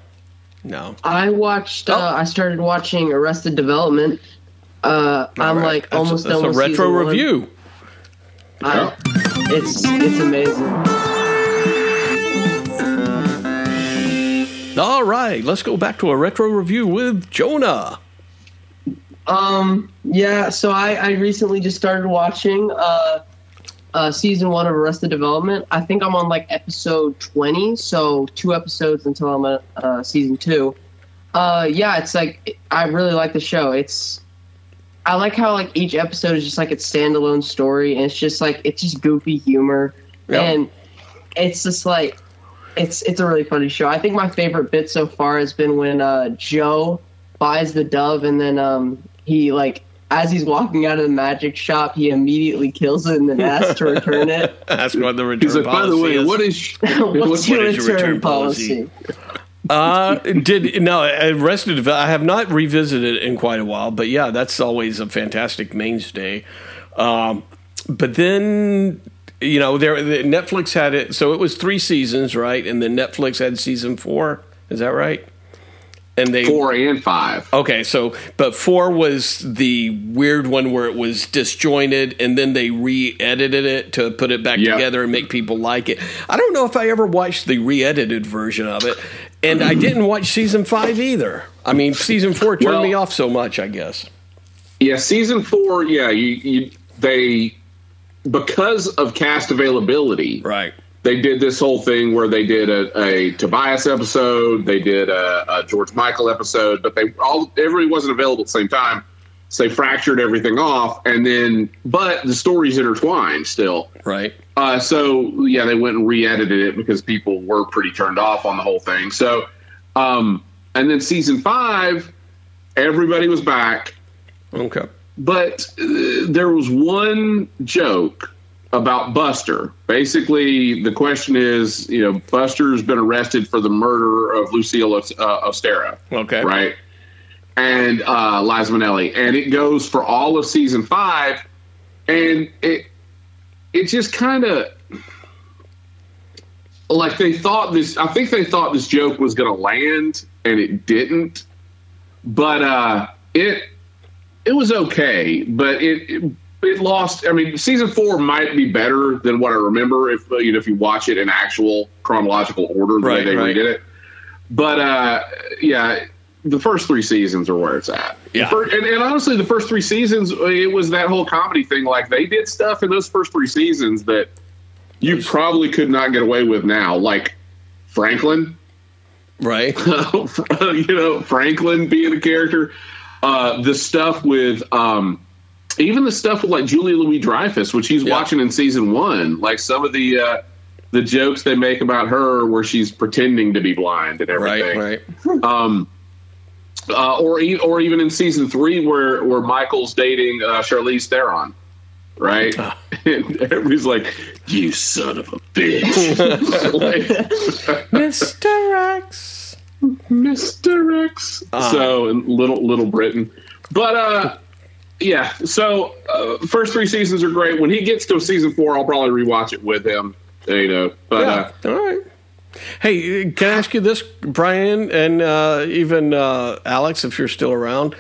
No, I watched. Uh, Oh. I started watching Arrested Development. Uh, All I'm right. like That's a- almost that's done with a retro season one. review. I, it's it's amazing. All right, let's go back to a retro review with Jonah. Um, yeah. So I I recently just started watching uh, uh, season one of Arrested Development. I think I'm on like episode 20, so two episodes until I'm at uh, season two. Uh, yeah, it's like I really like the show. It's I like how like each episode is just like its standalone story, and it's just like it's just goofy humor, Yep. and it's just like it's it's a really funny show. I think my favorite bit so far has been when uh, Joe buys the dove, and then um, he like as he's walking out of the magic shop, he immediately kills it and then asks to return it. That's what the return He's like, by policy the way, is. what is What's your what return, is your return policy? policy? Uh, did no Arrested? Devel- I have not revisited it in quite a while, but yeah, that's always a fantastic mainstay. Um, but then you know, there the, Netflix had it, so it was three seasons, right? And then Netflix had season four. Is that right? And they four and five? Okay, so but four was the weird one where it was disjointed, and then they re-edited it to put it back Yeah. together and make people like it. I don't know if I ever watched the re-edited version of it, and I didn't watch season five either. I mean, season four turned Well- me off so much. I guess. Yeah, season four. Yeah, you, you they because of cast availability, Right. they did this whole thing where they did a, a Tobias episode, they did a, a George Michael episode, but they all everybody wasn't available at the same time, so they fractured everything off, and then but the stories intertwined still. Right. Uh, so yeah, they went and re-edited it because people were pretty turned off on the whole thing. So, um, and then season five, everybody was back Okay. but uh, there was one joke about Buster. Basically, the question is, you know, Buster's been arrested for the murder of Lucille uh, Ostera, Okay. right? And uh, Liza Minnelli, and it goes for all of season five, and it it just kind of like they thought this. I think they thought this joke was going to land, and it didn't. But uh, it it was okay, but it, it it lost. I mean, season four might be better than what I remember if uh, you know if you watch it in actual chronological order the way Right, they right. redid it. But uh, yeah, the first three seasons are where it's at. Yeah. The fir- and, and honestly, the first three seasons, it was that whole comedy thing. Like they did stuff in those first three seasons that you probably could not get away with now, like Franklin. Right. you know, Franklin being a character. Uh, the stuff with um, even the stuff with like Julia Louis Dreyfus, which he's Yeah. watching in season one, like some of the uh, the jokes they make about her, where she's pretending to be blind and Right. everything, Right. Uh, or e- or even in season three, where where Michael's dating uh, Charlize Theron, right? and everybody's like, "You son of a bitch." Like, Mr. X. Mr. X. so in little little Britain, but uh, yeah. So uh, first three seasons are great. When he gets to season four, I'll probably rewatch it with him. You know, but uh, All right. Hey, can I ask you this, Brian, and uh, even uh, Alex, if you're still around?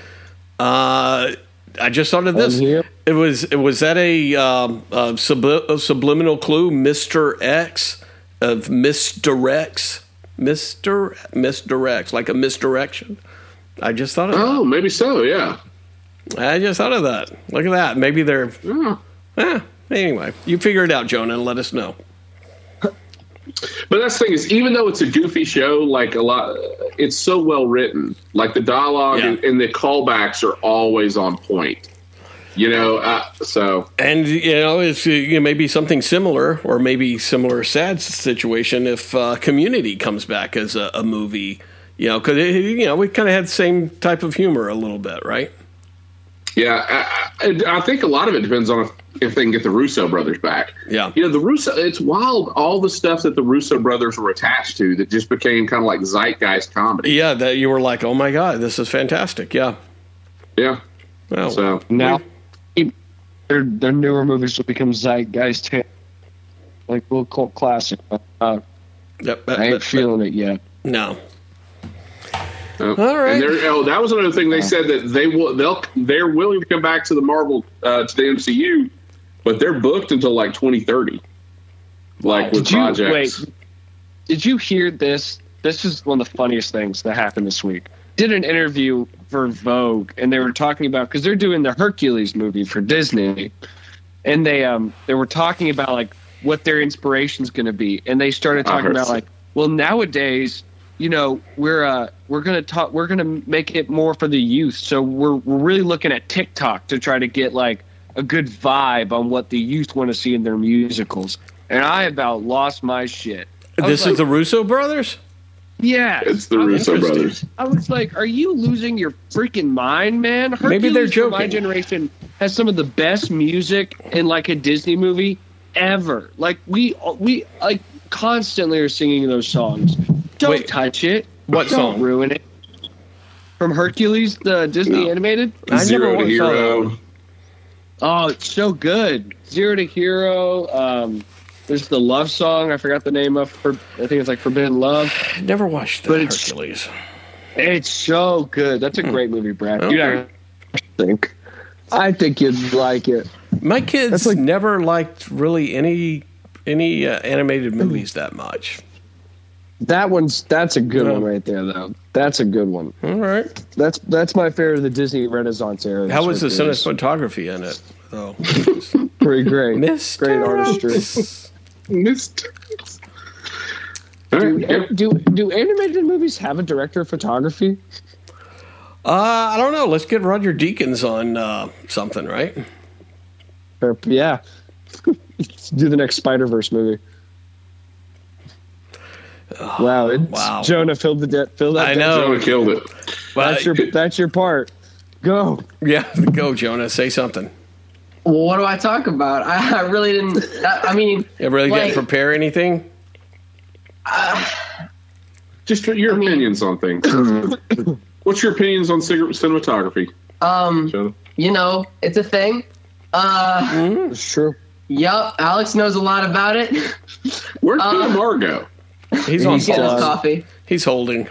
Uh, I just thought of this. here. It was it was that a, um, uh subli- a subliminal clue, Mister X of misdirects, Mister misdirects, like a misdirection. I just thought of oh, maybe so. Yeah. that. I just thought of that. Look at that. Maybe they're. Eh, anyway, you figure it out, Jonah, and let us know. But that's the thing is, even though it's a goofy show, like a lot, it's so well written. Like the dialogue Yeah. and, and the callbacks are always on point. You know, uh, so And you know, it's uh, you know, maybe something similar, or maybe similar sad situation if uh, Community comes back as a, a movie. You know, because you know we kind of had the same type of humor a little bit, right? yeah, I, I, I think a lot of it depends on if, if they can get the Russo brothers back. Yeah. you know, the Russo. It's wild all the stuff that the Russo brothers were attached to that just became kind of like zeitgeist comedy. Yeah, that you were like, oh my god, this is fantastic. Yeah. Yeah, Well, so Now, their their newer movies will become zeitgeist hit, like little cult classic. but, Uh, yep, I ain't but- feeling it yet. but- no. Uh, All right. And they're- oh, that was another thing they said that they will they'll they're willing to come back to the Marvel uh, to the MCU, but they're booked until like 2030. Like with Did you projects. wait? Did you hear this? This is one of the funniest things that happened this week. Did an interview for Vogue, and they were talking about because they're doing the Hercules movie for Disney, and they um they were talking about like what their inspiration's going to be, and they started I talking heard about so- like well nowadays you know we're uh we're gonna talk we're gonna make it more for the youth, so we're we're really looking at TikTok to try to get like a good vibe on what the youth want to see in their musicals, and I about lost my shit. I was This like, is the Russo brothers. yeah. It's the I was- Russo brothers. I was like, "Are you losing your freaking mind, man?" Maybe they're Hercules for My joking. generation has some of the best music in like a Disney movie ever. Like we we like constantly are singing those songs. Don't Wait. touch it. What Don't song? ruin it. From Hercules, the Disney No. animated. Zero to once saw that hero. one. Oh, it's so good. Zero to Hero. Um, there's the love song. I forgot the name of. For, I think it's like Forbidden Love. Never watched But the it's- Hercules. It's so good. That's a great movie, Brad. Hmm. Okay. You'd actually think. I think you'd like it. My kids That's like- never liked really any any uh, animated movies that much. That one's that's a good Yeah. one right there, though. That's a good one. All right. That's that's my favorite of the Disney Renaissance era. How was the That's what it is. cinematography in it? though? Pretty great. Miss Great artistry. Missed. All right, yeah. do do animated movies have a director of photography? Uh, I don't know. Let's get Roger Deakins on uh, something, right? Or- yeah. do the next Spider Verse movie. Wow, it's, Oh, wow. Jonah filled the debt. Fill that. I dead know. Jonah killed it. Well, That's your that's your part. Go. yeah, go Jonah. Say something. Well, what do I talk about? I, I really didn't. I, I mean, You really Like- didn't prepare anything. Just your opinions on things. What's your opinions on cig- cinematography, um, Jonah? you know, it's a thing. Uh, It's true. yup. Alex knows a lot about it. Where's Uh, Peter Margo? He's on He's Getting got- pause. his coffee. He's holding.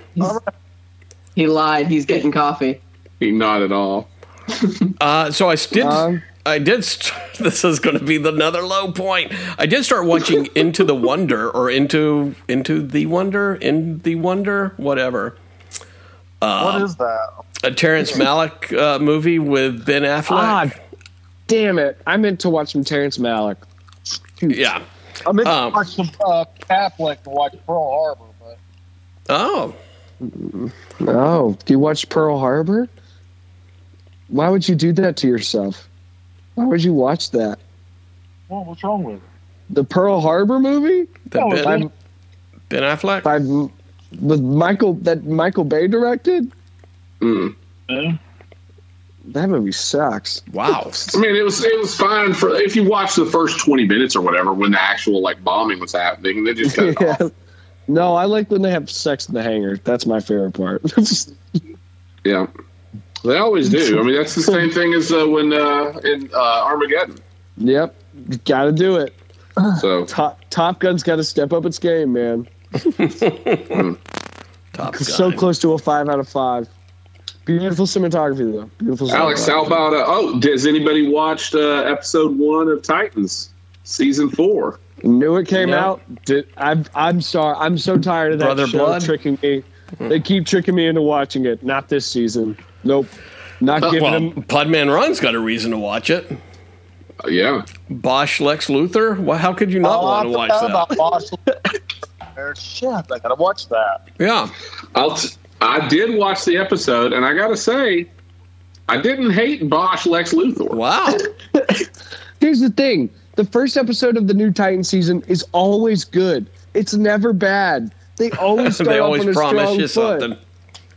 He lied. He's getting coffee. He not at all. Uh, so I did. Um, I did. St- this is going to be the- another low point. I did start watching Into the Wonder or into into the Wonder in the Wonder whatever. Um, what is that? A Terrence Malick uh, movie with Ben Affleck. Ah, damn it! I meant to watch some Terrence Malick. Yeah. I meant Um, to watch some uh, Catholic to watch Pearl Harbor, but Oh, Oh, do you watch Pearl Harbor? Why would you do that to yourself? Why would you watch that? well, what's wrong with it? The Pearl Harbor movie the Oh, ben, by, ben Affleck. by with Michael that Michael Bay directed. Mm. Yeah. That movie sucks. Wow. I mean, it was it was fine for if you watch the first twenty minutes or whatever when the actual like bombing was happening. They just cut it Yeah. off. No, I like when they have sex in the hangar. That's my favorite part. Yeah, they always do. I mean, that's the same thing as uh, when uh, in uh, Armageddon. yep, got to do it. So Top Top Gun's got to step up its game, man. Top Gun. So close to a five out of five. Beautiful cinematography, though. Beautiful. Alex, how cinematography. about uh, oh? Has anybody watched uh, episode one of Titans season four? Knew it came Yeah. out. Did, I'm I'm sorry. I'm so tired of that Brother show Blood? tricking me. They keep tricking me into watching it. Not this season. Nope. Not Uh, giving well, them. Podman Ron's got a reason to watch it. Uh, yeah, Bosch Lex Luthor. Well, how could you not Oh, want I to watch forgot that? about Bosch. there. Shit, I gotta watch that. Yeah. I'll t- I did watch the episode, and I gotta say, I didn't hate Bosch Lex Luthor. Wow. Here's the thing: the first episode of the new Titan season is always good. It's never bad. They always start they off always on a promise strong you foot. something.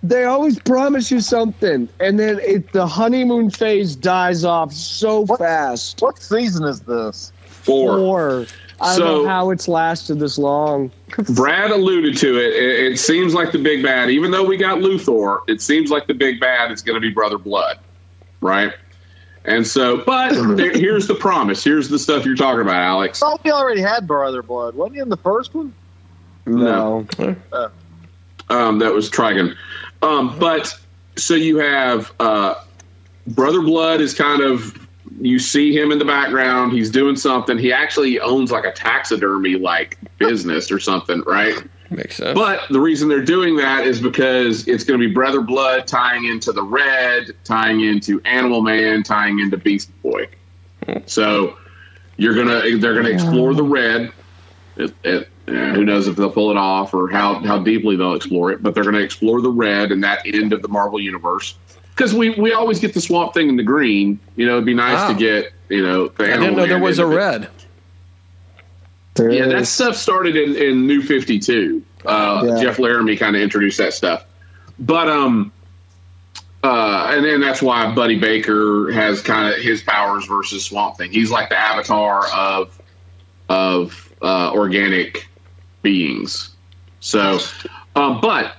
They always promise you something, and then it, the honeymoon phase dies off so What? fast. What season is this? Four. Or I So- don't know how it's lasted this long. Brad alluded to it. it. It seems like the big bad, even though we got Luthor, it seems like the big bad is going to be Brother Blood, right? And so, but there- here's the promise. Here's the stuff you're talking about, Alex. Thought we already had Brother Blood. Wasn't he in the first one? No. Um, that was Trigon. Um, but so you have uh, Brother Blood is kind of you see him in the background. He's doing something. He actually owns like a taxidermy like business or something, right? Makes sense. But the reason they're doing that is because it's going to be Brother Blood tying into the Red, tying into Animal Man, tying into Beast Boy. So you're gonna they're gonna explore the Red. It, it, uh, who knows if they'll pull it off or how how deeply they'll explore it? But they're going to explore the Red and that end of the Marvel universe because we we always get the Swamp Thing in the green. You know, it'd be nice Wow. to get you know. The Ah. I didn't know there was a red. yeah, that stuff started in, in New 52. Uh, Yeah. Jeff Laramie kind of introduced that stuff. But, um, uh, and then that's why Buddy Baker has kind of his powers versus Swamp Thing. He's like the avatar of, of, uh, organic beings. So, um, but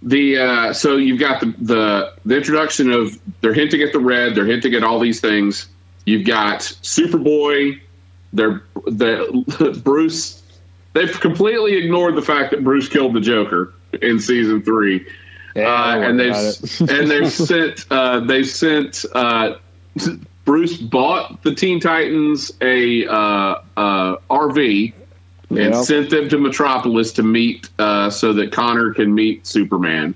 the uh, so you've got the, the the introduction of they're hinting at the red, they're hinting at all these things. You've got Superboy, they're the Bruce. They've completely ignored the fact that Bruce killed the Joker in season three, uh, and they've and they've sent uh, they've sent uh, Bruce bought the Teen Titans a uh, uh, RV and Yep. sent them to Metropolis to meet uh, so that Connor can meet Superman.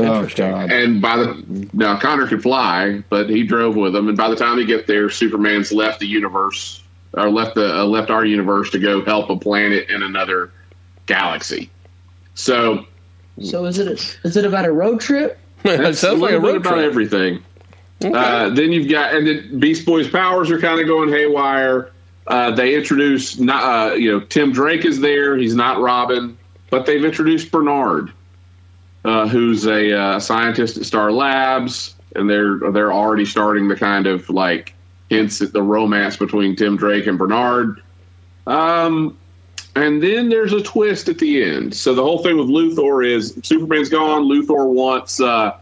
Oh, Interesting. And by the now Connor could fly, but he drove with them. And by the time they get there, Superman's left the universe or left the uh, left our universe to go help a planet in another galaxy. So So is it is it about a road trip? it sounds like a little bit road about trip. everything. Uh, then you've got and then Beast Boy's powers are kind of going haywire. Uh, they introduce not uh, you know Tim Drake is there. He's not Robin, but they've introduced Bernard, uh, who's a uh, scientist at Star Labs, and they're they're already starting the kind of like hints at the romance between Tim Drake and Bernard. Um, and then there's a twist at the end. So the whole thing with Luthor is Superman's gone. Luthor wants uh,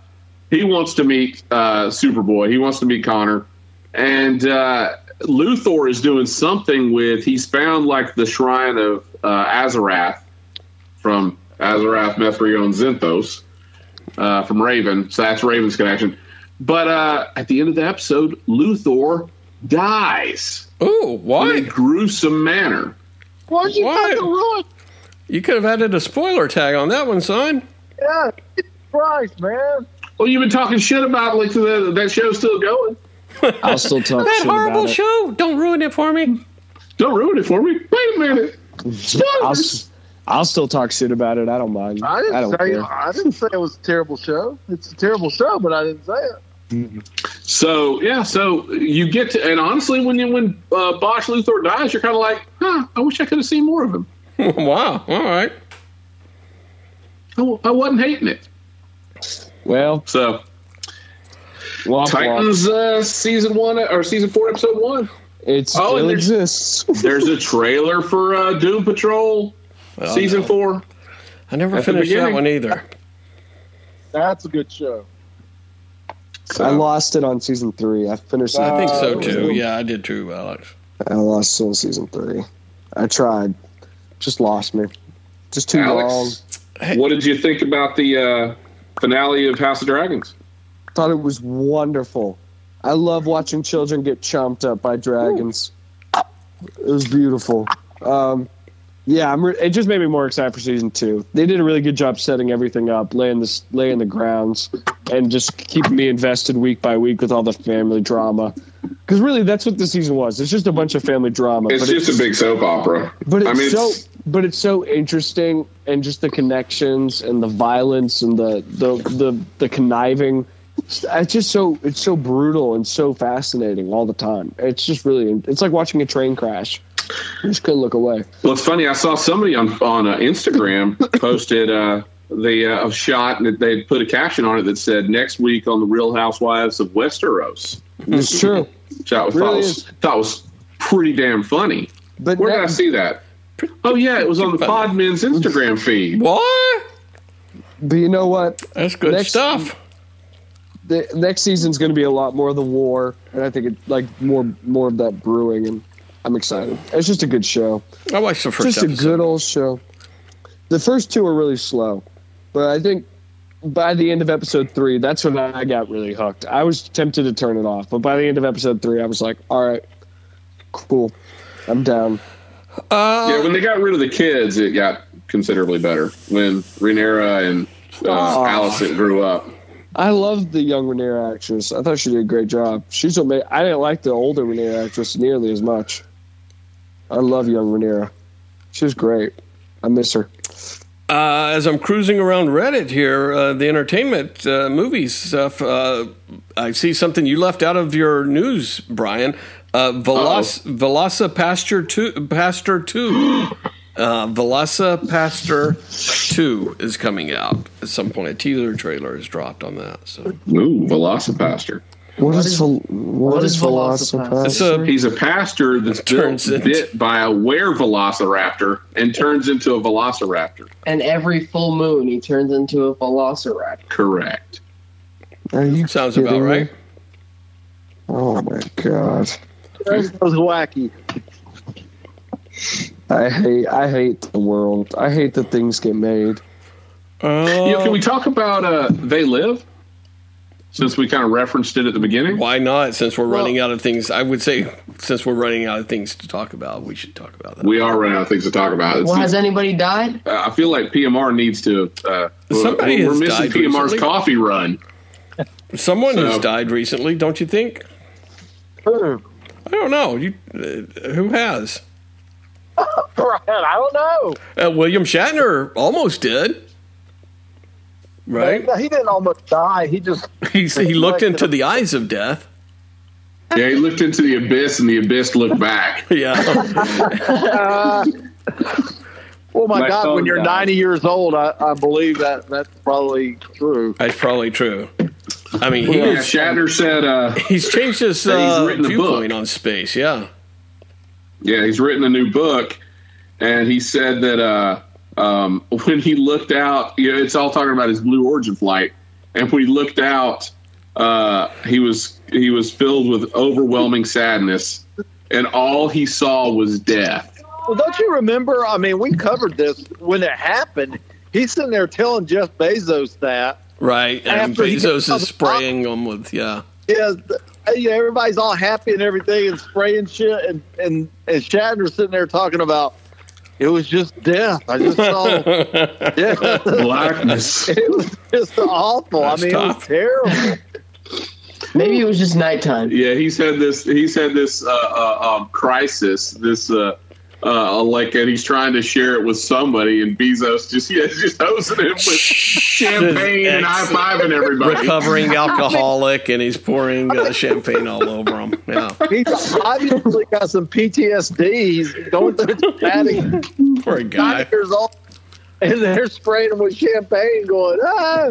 he wants to meet uh, Superboy. He wants to meet Connor, and uh, Luthor is doing something with. He's found like the shrine of uh, Azarath from Azarath Methrio and Zinthos uh, from Raven. So that's Raven's connection. But uh, at the end of the episode, Luthor dies Ooh, in a why? gruesome manner. Why you Why? fucking ruin? You could have added a spoiler tag on that one, son. Yeah, Jesus Christ, man. Well, you've been talking shit about like the, that show's still going. I'll still talk That shit horrible about it. show. Don't ruin it for me. Don't ruin it for me. Wait a minute. I'll, Spoilers. s- I'll still talk shit about it. I don't mind. I I didn't don't say care. I didn't say it was a terrible show. It's a terrible show, but I didn't say it. So yeah, so you get to, and honestly, when you when uh, Bosch Luthor dies, you're kind of like, huh? I wish I could have seen more of him. wow. All right. I, w- I wasn't hating it. Well, So womp womp. Titans uh, season one or season four episode one. It's, Oh, and it there's- exists. There's a trailer for uh, Doom Patrol Well, season no. four. I never At the finished that beginning. one either. That's a good show. I lost it on season three. I finished. I think so Uh, too. Yeah, I did too, Alex. I lost Soul season three. I tried, just lost me. Just too long. Alex, what did you think about the uh, finale of House of Dragons? Thought it was wonderful. I love watching children get chomped up by dragons. It was beautiful. Um, yeah, I'm re- it just made me more excited for season two. They did a really good job setting everything up, laying this, laying the grounds, and just keeping me invested week by week with all the family drama. Because really, that's what the season was. It's just a bunch of family drama. It's but just a big soap opera. But it's I mean, so it's- but it's so interesting and just the connections and the violence and the the the, the conniving it's just so it's so brutal and so fascinating all the time it's just really it's like watching a train crash you just couldn't look away Well, it's funny. I saw somebody on on uh, Instagram posted uh, the uh, a shot that they put a caption on it that said "Next week on the Real Housewives of Westeros." it's true Which I was, thought, Really was, is. thought was pretty damn funny. but Where did I next- see that? Oh yeah, it was on the funny. Podmen's Instagram feed. What? but you know what That's good Next- stuff. the next season's going to be a lot more of the war and i think it like more more of that brewing and i'm excited it's just a good show I watched the first just a episode. good old show. The first two are really slow, but I think by the end of episode three, that's when I got really hooked. I was tempted to turn it off, but by the end of episode three, I was like, "All right, cool, I'm down." Uh, Yeah, when they got rid of the kids, it got considerably better. When Renera and uh, Allison grew up, I love the young Rhaenyra actress. I thought she did a great job. She's amazing. I didn't like the older Rhaenyra actress nearly as much. I love young Rhaenyra. She's great. I miss her. uh, as I'm cruising around Reddit here, uh, the entertainment uh, movies stuff, uh, I see something you left out of your news, Brian. Uh, Veloc- Velosa Pastor 2. Pastor 2. Uh, Velosa Pastor 2 is coming out at some point. A teaser trailer is dropped on that. So ooh, Velocipaster. What is, is- Vel- what, what is, is Velocipass? Velocipass? It's a- He's a pastor that's Turns built, into- bit by a were velociraptor and turns into a velociraptor. And every full moon, he turns into a velociraptor. Correct. Are you sounds about kidding me? right. Oh my god. That was wacky. I hate I hate the world. I hate that things get made. You know, can we talk about uh, They Live? Since we kind of referenced it at the beginning. Why not? Since we're running out of things, I would say since we're running out of things to talk about, we should talk about that. We are running out of things to talk about. It's- Well, has anybody died? I feel like PMR needs to. Uh, we're- Somebody we're, has missing died PMR's recently. coffee run. Someone who's So- died recently, don't you think? I don't know. You, uh, who has? Right, I don't know. Uh, William Shatner almost did, right? No, he didn't almost die. He just He he looked into the eyes of death. Yeah, he looked into the abyss, and the abyss looked back. Yeah, Oh my, My God! phone When you're died. 90 years old, I, I believe that that's probably true. that's probably true. I mean, he Yeah, is, Shatner said. Uh, he's changed his And he's uh, written a viewpoint book. on space. Yeah, yeah, he's written a new book, and he said that uh, um, when he looked out, you know, it's all talking about his Blue Origin flight, and when he looked out, uh, he was he was filled with overwhelming sadness, and all he saw was death. Well, don't you remember? I mean, we covered this when it happened. He's sitting there telling Jeff Bezos that. right. And After he gets Bezos on is the- spraying them with yeah. Yeah, you know, everybody's all happy and everything and spraying shit, and and and Shatner's sitting there talking about it was just death. I just saw death. Blackness. It was just awful. That's I mean, tough. it was terrible. Maybe it was just nighttime. Yeah, he's had this. He's had this uh, uh, um, crisis. This uh, uh, like, and he's trying to share it with somebody, and Bezos just yeah, just hosing him with champagne and high Excellent. fiving everybody. recovering alcoholic and he's pouring uh, champagne all over him. Yeah, He's obviously got some PTSD. He's going through traumatic poor guy. nine years old, and they're spraying him with champagne, going, "Ah,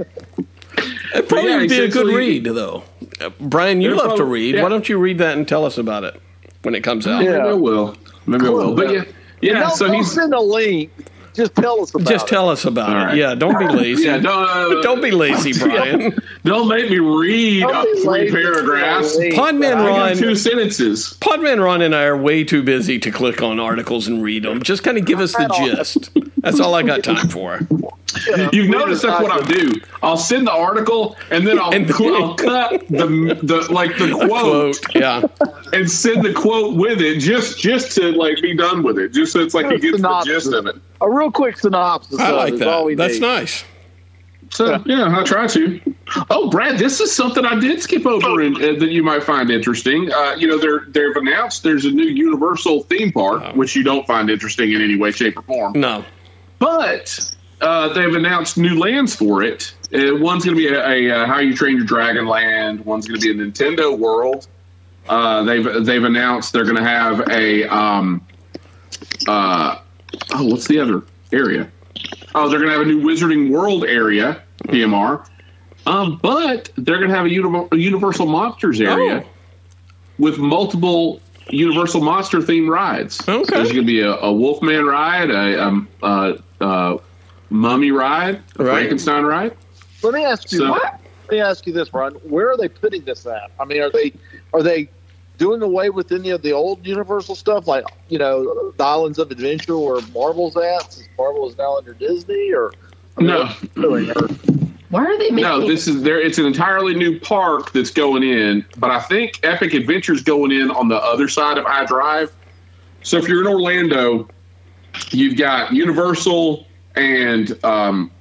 It probably Yeah, would be a good essentially- read, though. Uh, Brian, you It'll love to probably- read. yeah. Why don't you read that and tell us about it when it comes out? Maybe Uh, I will. Maybe I will. But yeah, yeah. don't, So don't he's send a link. Just tell us about Just it." tell us about All it. right. Yeah, don't be lazy. yeah. Don't uh, Don't be lazy, Brian. don't make me read uh, Don't be three lazy. paragraphs. Don't be lazy. Podman I got two Ron, sentences. Podman Ron, and I are way too busy to click on articles and read them. Just kind of give us the Right on. gist. That's all I got time for. You've noticed that's what I do. I'll send the article and then I'll, And then- cl- I'll cut the, the like the quote, Quote. Yeah. and send the quote with it just just to like be done with it. Just so it's like he gets the Synopsis. gist of it. a real quick synopsis. I of it like is all we that. That's need. nice. So yeah, I try to. Oh, Brad, this is something I did skip over and, uh, that you might find interesting. Uh, you know, they're they've announced there's a new Universal theme park, which you don't find interesting in any way, shape, or form. No. But uh, they've announced new lands for it. Uh, one's going to be a, a, uh How You Train Your Dragon land. One's going to be a Nintendo World. Uh, they've they've announced they're going to have a um, uh, oh, what's the other area? Oh, they're going to have a new Wizarding World area, PMR. Um, but they're going to have a, uni- a Universal Monsters area Oh. with multiple Universal Monster themed rides. Okay. There's going to be a, a Wolfman ride, a, um uh uh Mummy ride, a Right. Frankenstein ride. Let me ask you. So- Let me ask you this, Brian. Where are they putting this at? I mean, are they are they doing away with any of the old Universal stuff, like you know, the Islands of Adventure, where Marvel's at? Since Marvel is now under Disney, or I mean, No, really, or- Why are they making? no, this is there. It's an entirely new park that's going in, but I think Epic Adventure's going in on the other side of I Drive. So if you're in Orlando, you've got Universal and um,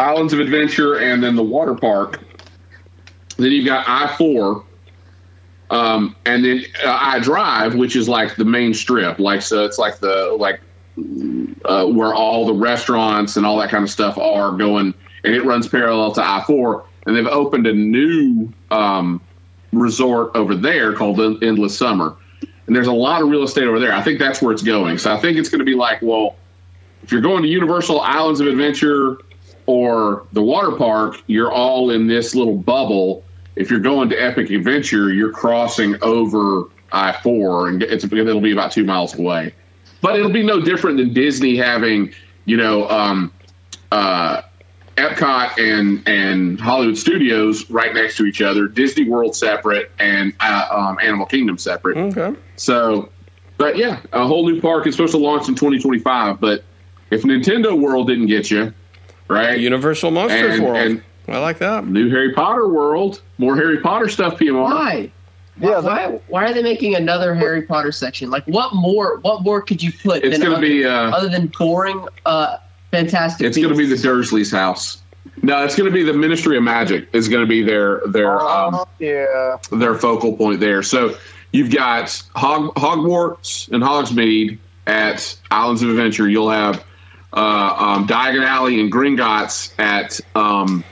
Islands of Adventure, and then the water park. Then you've got I four, um, and then uh, I Drive, which is like the main strip, like so it's like the like uh, where all the restaurants and all that kind of stuff are going, and it runs parallel to I four. And they've opened a new um, resort over there called En- Endless Summer, and there's a lot of real estate over there. I think that's where it's going. So I think it's going to be like, well, if you're going to Universal Islands of Adventure or the water park, you're all in this little bubble. If you're going to Epic Adventure, you're crossing over I four, and it's it'll be about two miles away but it'll be no different than Disney having, you know, um, uh, Epcot and and Hollywood Studios right next to each other, Disney World separate, and uh, um, Animal Kingdom separate. Okay. So, but yeah, a whole new park is supposed to launch in 2025. But if Nintendo World didn't get you, right, Universal Monsters And- World. and- I like that. new Harry Potter World, more Harry Potter stuff, PMR. why? yeah, that- Why? Why are they making another Harry Potter section? Like, what more? What more could you put? It's than going to other, be. Uh, other than boring, uh, fantastic. It's going to be the Dursley's house. No, it's going to be the Ministry of Magic is going to be their their Oh, uh, um, yeah. their focal point there. So you've got Hog, Hogwarts and Hogsmeade at Islands of Adventure. You'll have uh, um, Diagon Alley and Gringotts at um,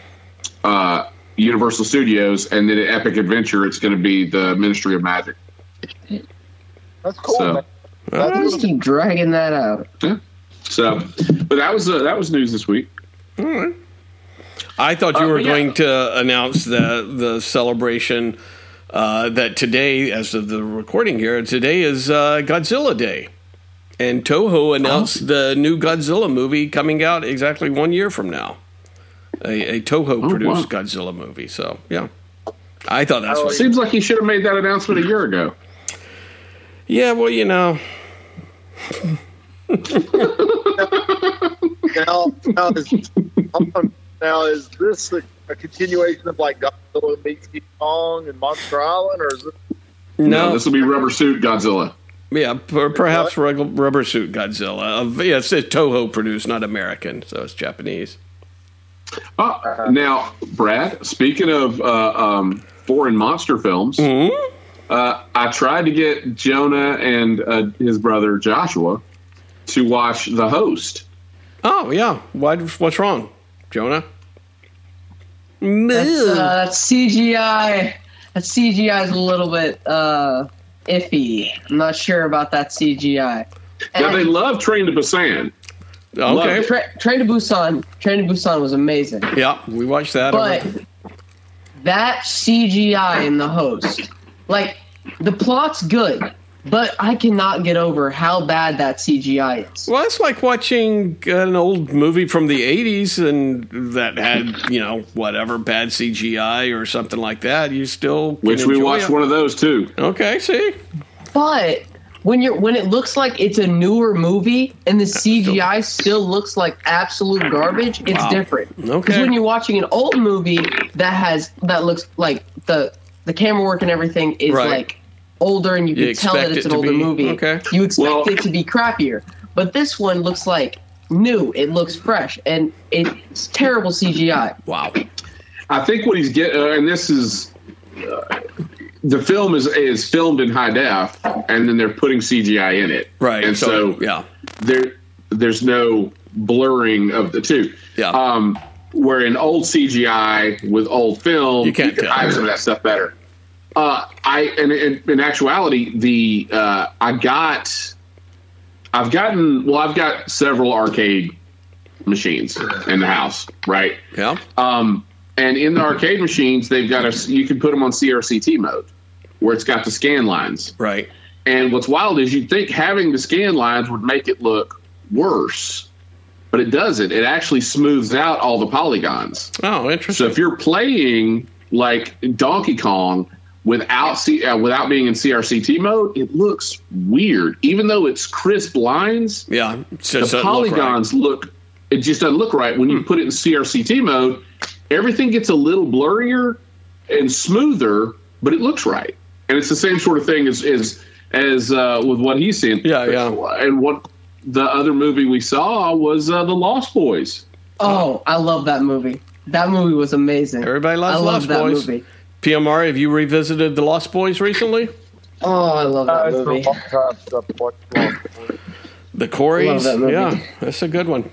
uh, Universal Studios, and then at Epic Adventure, it's going to be the Ministry of Magic. That's cool. So- man. Why do you keep dragging that out? So, but that was uh, that was news this week. I thought you Uh, were yeah. going to announce the the celebration uh, that today, as of the recording here, today is uh, Godzilla Day, and Toho Oh. announced the new Godzilla movie coming out exactly one year from now. A, a Oh, Toho produced Godzilla movie, so yeah. I thought that's what. Seems like he should have made that announcement a year ago. Yeah, well, you know, now, now is um, now is this a, a continuation of like Godzilla meets King Kong and Monster Island, or is it No, no, this will be Rubber Suit Godzilla. yeah, per, perhaps rug, Rubber Suit Godzilla. Of yeah, it's a Toho produced, not American, so it's Japanese. Uh, now, Brad, speaking of uh, um, foreign monster films, Hmm? uh, I tried to get Jonah and uh, his brother Joshua to watch The Host. Oh yeah, why? What's wrong, Jonah? That's, uh, that's CGI. That CGI is a little bit uh, iffy. I'm not sure about that CGI. Now, And- they love Train to Busan. okay, Tra- Train to Busan. Train to Busan was amazing, yeah, we watched that. but that CGI in the host, like the plot's good, but I cannot get over how bad that CGI is. well, it's like watching an old movie from the '80s, and that had you know whatever bad CGI or something like that. You still can Which we enjoy watched it. one of those too. Okay, see, But when you're when it looks like it's a newer movie and the CGI still looks like absolute garbage, it's Wow. different. Okay. when you're watching an old movie that has that looks like the the camera work and everything is Right. like older and you You can tell that expect it's it an to older be- movie. okay. You expect Well- it to be crappier. But this one looks like new. It looks fresh, and it's terrible CGI. Wow. I think what he's getting, uh, and this is uh, the film is is filmed in high def, and then they're putting CGI in it, Right. And so, yeah. there there's no blurring of the two. Yeah. Um, where in old CGI with old film, You can't could tell. hide some of that stuff better. Uh, I and, and in actuality, the uh, I got, I've gotten well, I've got several arcade machines in the house, right? Yeah. Um, and in the arcade machines, they've got a you can put them on CRCT mode, where it's got the scan lines. Right. And what's wild is you'd think having the scan lines would make it look worse, but it doesn't. It actually smooths out all the polygons. Oh, So interesting. if you're playing like Donkey Kong without C- uh, without being in CRCT mode, it looks weird. Even though it's crisp lines, yeah. It's just the doesn't look right. Hmm. polygons look, it just doesn't look right when you put it in CRCT mode. Everything gets a little blurrier and smoother, but it looks right. And it's the same sort of thing as as, as uh, with what he's seen. Yeah, yeah. And what the other movie we saw was uh, the Lost Boys. Oh, I love that movie. That movie was amazing. Everybody loves I love Lost that Boys. movie. PMR, have you revisited The Lost Boys recently? Oh, I love that Uh, it's been movie. a long time since I've watched one. The Corys? Love that movie. Yeah. That's a good one.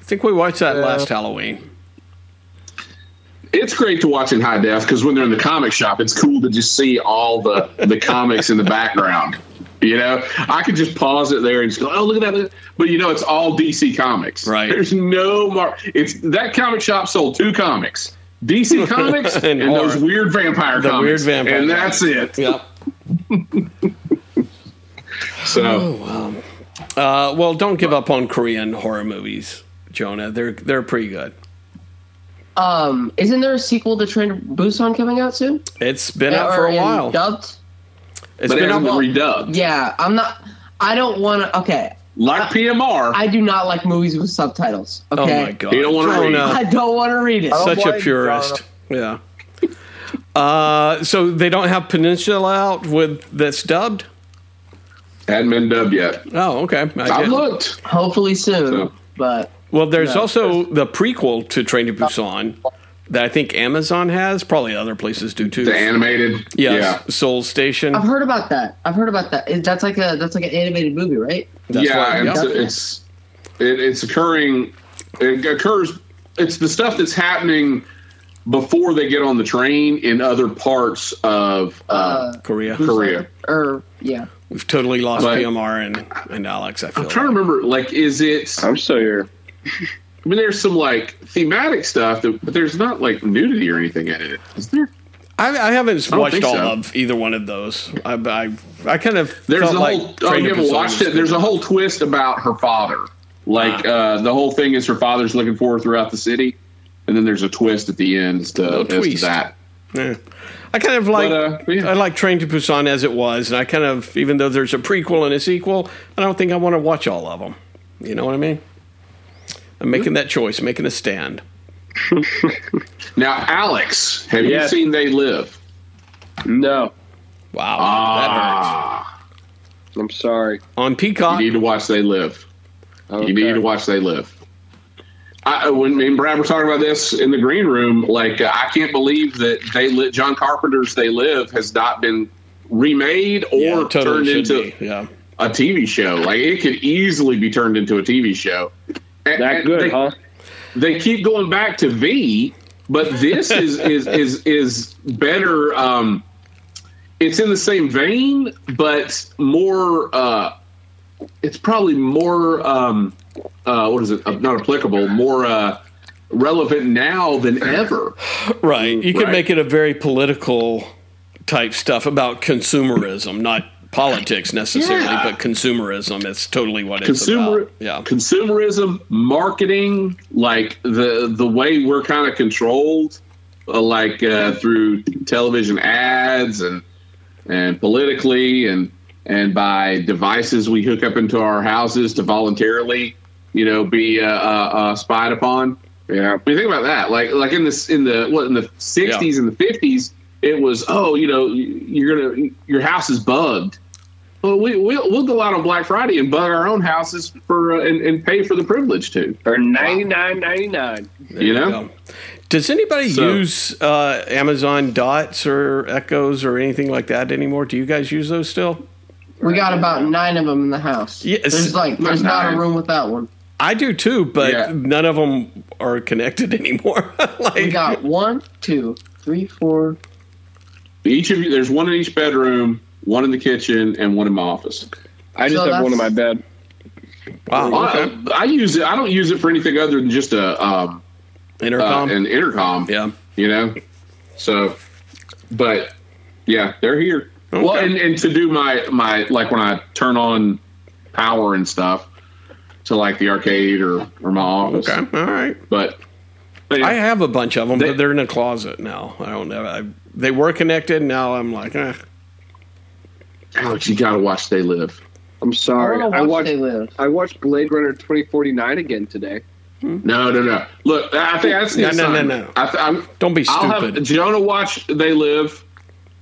I think we watched that last Halloween. It's great to watch in high def because when they're in the comic shop, it's cool to just see all the the comics in the background. You know, I could just pause it there and just go, "Oh, look at that!" look at that." But you know, it's all DC comics. Right. There's no mar It's that comic shop sold two comics: DC comics And and, horror. those weird vampire The weird comics. vampire and that's it. Yeah. Oh, So Uh, well, don't give up on Korean horror movies, Jonah. They're they're pretty good. Um, isn't there a sequel to Train to Busan coming out soon? It's been out for Or a in while. Dubbed? It's but it been out. hasn't been redubbed. Yeah, I'm not. I don't want to. Okay, Like PMR, I do not like movies with subtitles. Oh Okay, my god! You don't wanna read. Jonah. I don't want to read it. don't- such a blame you, purist. Yeah. Uh, so they don't have Peninsula out with that's dubbed. hadn't been dubbed yet. Oh, okay. I I've get it. looked. Hopefully soon, So- but Well, there's also the prequel to Train to Busan that I think Amazon has. Probably other places do too. The animated, yeah, yeah, Soul Station. I've heard about that. I've heard about that. It- That's like a that's like an animated movie, right? That's yeah, why- and yeah. so it's it, it's occurring. It occurs. It's the stuff that's happening before they get on the train in other parts of uh, Korea. Korea. Or yeah, We've totally lost But- PMR and, and Alex. I feel. I'm trying to like. remember. Like, is it? I I'm still here. mean, there's some like thematic stuff, that, but there's not like nudity or anything in it. Is there? I, I haven't don't watched think all so. of either one of those. I I, I kind of There's felt a like whole. Oh, Train you to haven't Busan watched was it. There's a good. whole twist about her father. Like Ah. uh, the whole thing is her father's looking for her throughout the city, and then there's a twist at the end as to, Little as to twist. that. Yeah. I kind of like But, uh, yeah. I like Train to Busan as it was, and I kind of even though there's a prequel and a sequel, I don't think I want to watch all of them. You know what I mean? I'm making that choice, making a stand. Now, Alex, have Yes. you seen They Live? No, Wow, that hurts. Ah, I'm sorry. On Peacock, you need to watch They Live. Okay. You need to watch They Live. I, uh, when me and Brad were talking about this in the green room, like uh, I can't believe that they lit John Carpenter's They Live has not been remade or yeah, it totally turned should into be. yeah. a TV show. Like it could easily be turned into a TV show. That And- and good, they- huh? they keep going back to V, but this is is is is better. Um, it's in the same vein, but more. Uh, it's probably more. Um, uh, what is it? Uh, not applicable. More uh, relevant now than ever. Right, you could Right. make it a very political type stuff about consumerism, not politics necessarily, Yeah. but consumerism. It's totally what it's Consumer, about. Yeah, consumerism, marketing, like the the way we're kind of controlled, uh, like uh, through television ads and and politically and and by devices we hook up into our houses to voluntarily, you know, be uh, uh, uh, spied upon. Yeah. I mean, think about that. Like, like in this, in the what in the '60s and the '50s, it was, oh, you know, you're gonna, your house is bugged. Well, we we'll, we'll go out on Black Friday and bug our own houses for uh, and, and pay for the privilege too. Or ninety nine ninety nine. You know. go. Does anybody So- use uh, Amazon Dots or Echoes or anything like that anymore? Do you guys use those still? We got about nine of them in the house. Yes. There's like there's not a Nine. room without one. I do too, but Yeah. none of them are connected anymore. like, We got one, two, three, four. Each of you, there's one in each bedroom, one in the kitchen, and one in my office. I just So have one in my that's- bed. wow, I, okay. I use it. I don't use it for anything other than just a um, uh, intercom. an intercom. yeah, You know. So, but yeah, they're here. Okay. Well, and, and to do my my like when I turn on power and stuff to like the arcade or or my office. okay, all right. But, but yeah. I have a bunch of them, They- but they're in a closet now. I don't know. I, they were connected. Now I'm like, eh. Alex, you gotta watch They Live. I'm sorry. I I don't know where they watched live. I watched Blade Runner twenty forty nine again today. No, no, no. Look, I think that's No, no, no, no. I th- I'm, don't be I'll stupid. have Jonah watch They Live.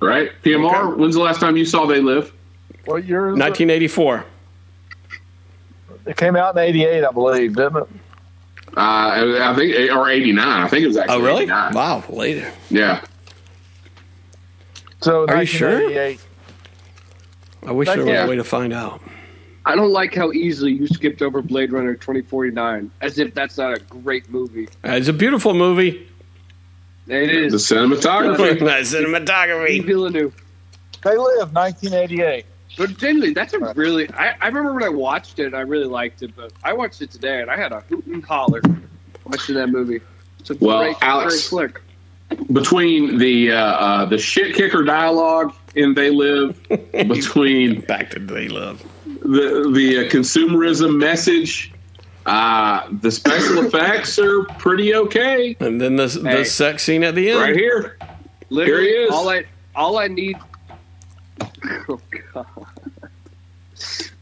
Right, PMR. Okay. When's the last time you saw They Live? What year is it? 1984. It came out in '88, I believe, didn't it? Uh, I I think or eighty nine. I think it was actually. Oh, really? 89. Wow, later. Yeah. So Are you sure? 1988. I wish there was Yeah. a way to find out. I don't like how easily you skipped over Blade Runner twenty forty nine, as if that's not a great movie. Uh, It's a beautiful movie. It The is. cinematography. Steve Cinematography. Villeneuve. They live 1988. But genuinely, that's a really. I, I remember when I watched it, I really liked it, but I watched it today and I had a hoot and holler watching that movie. It's a Well, great, Alex- great flick. between the uh, uh, the shit kicker dialogue in They Live, between Back to They Love. the the uh, consumerism message, uh, the special effects are pretty okay. And then the, Hey. the sex scene at the end. Right here, Literally, Here he is. All I, all I need. Oh God.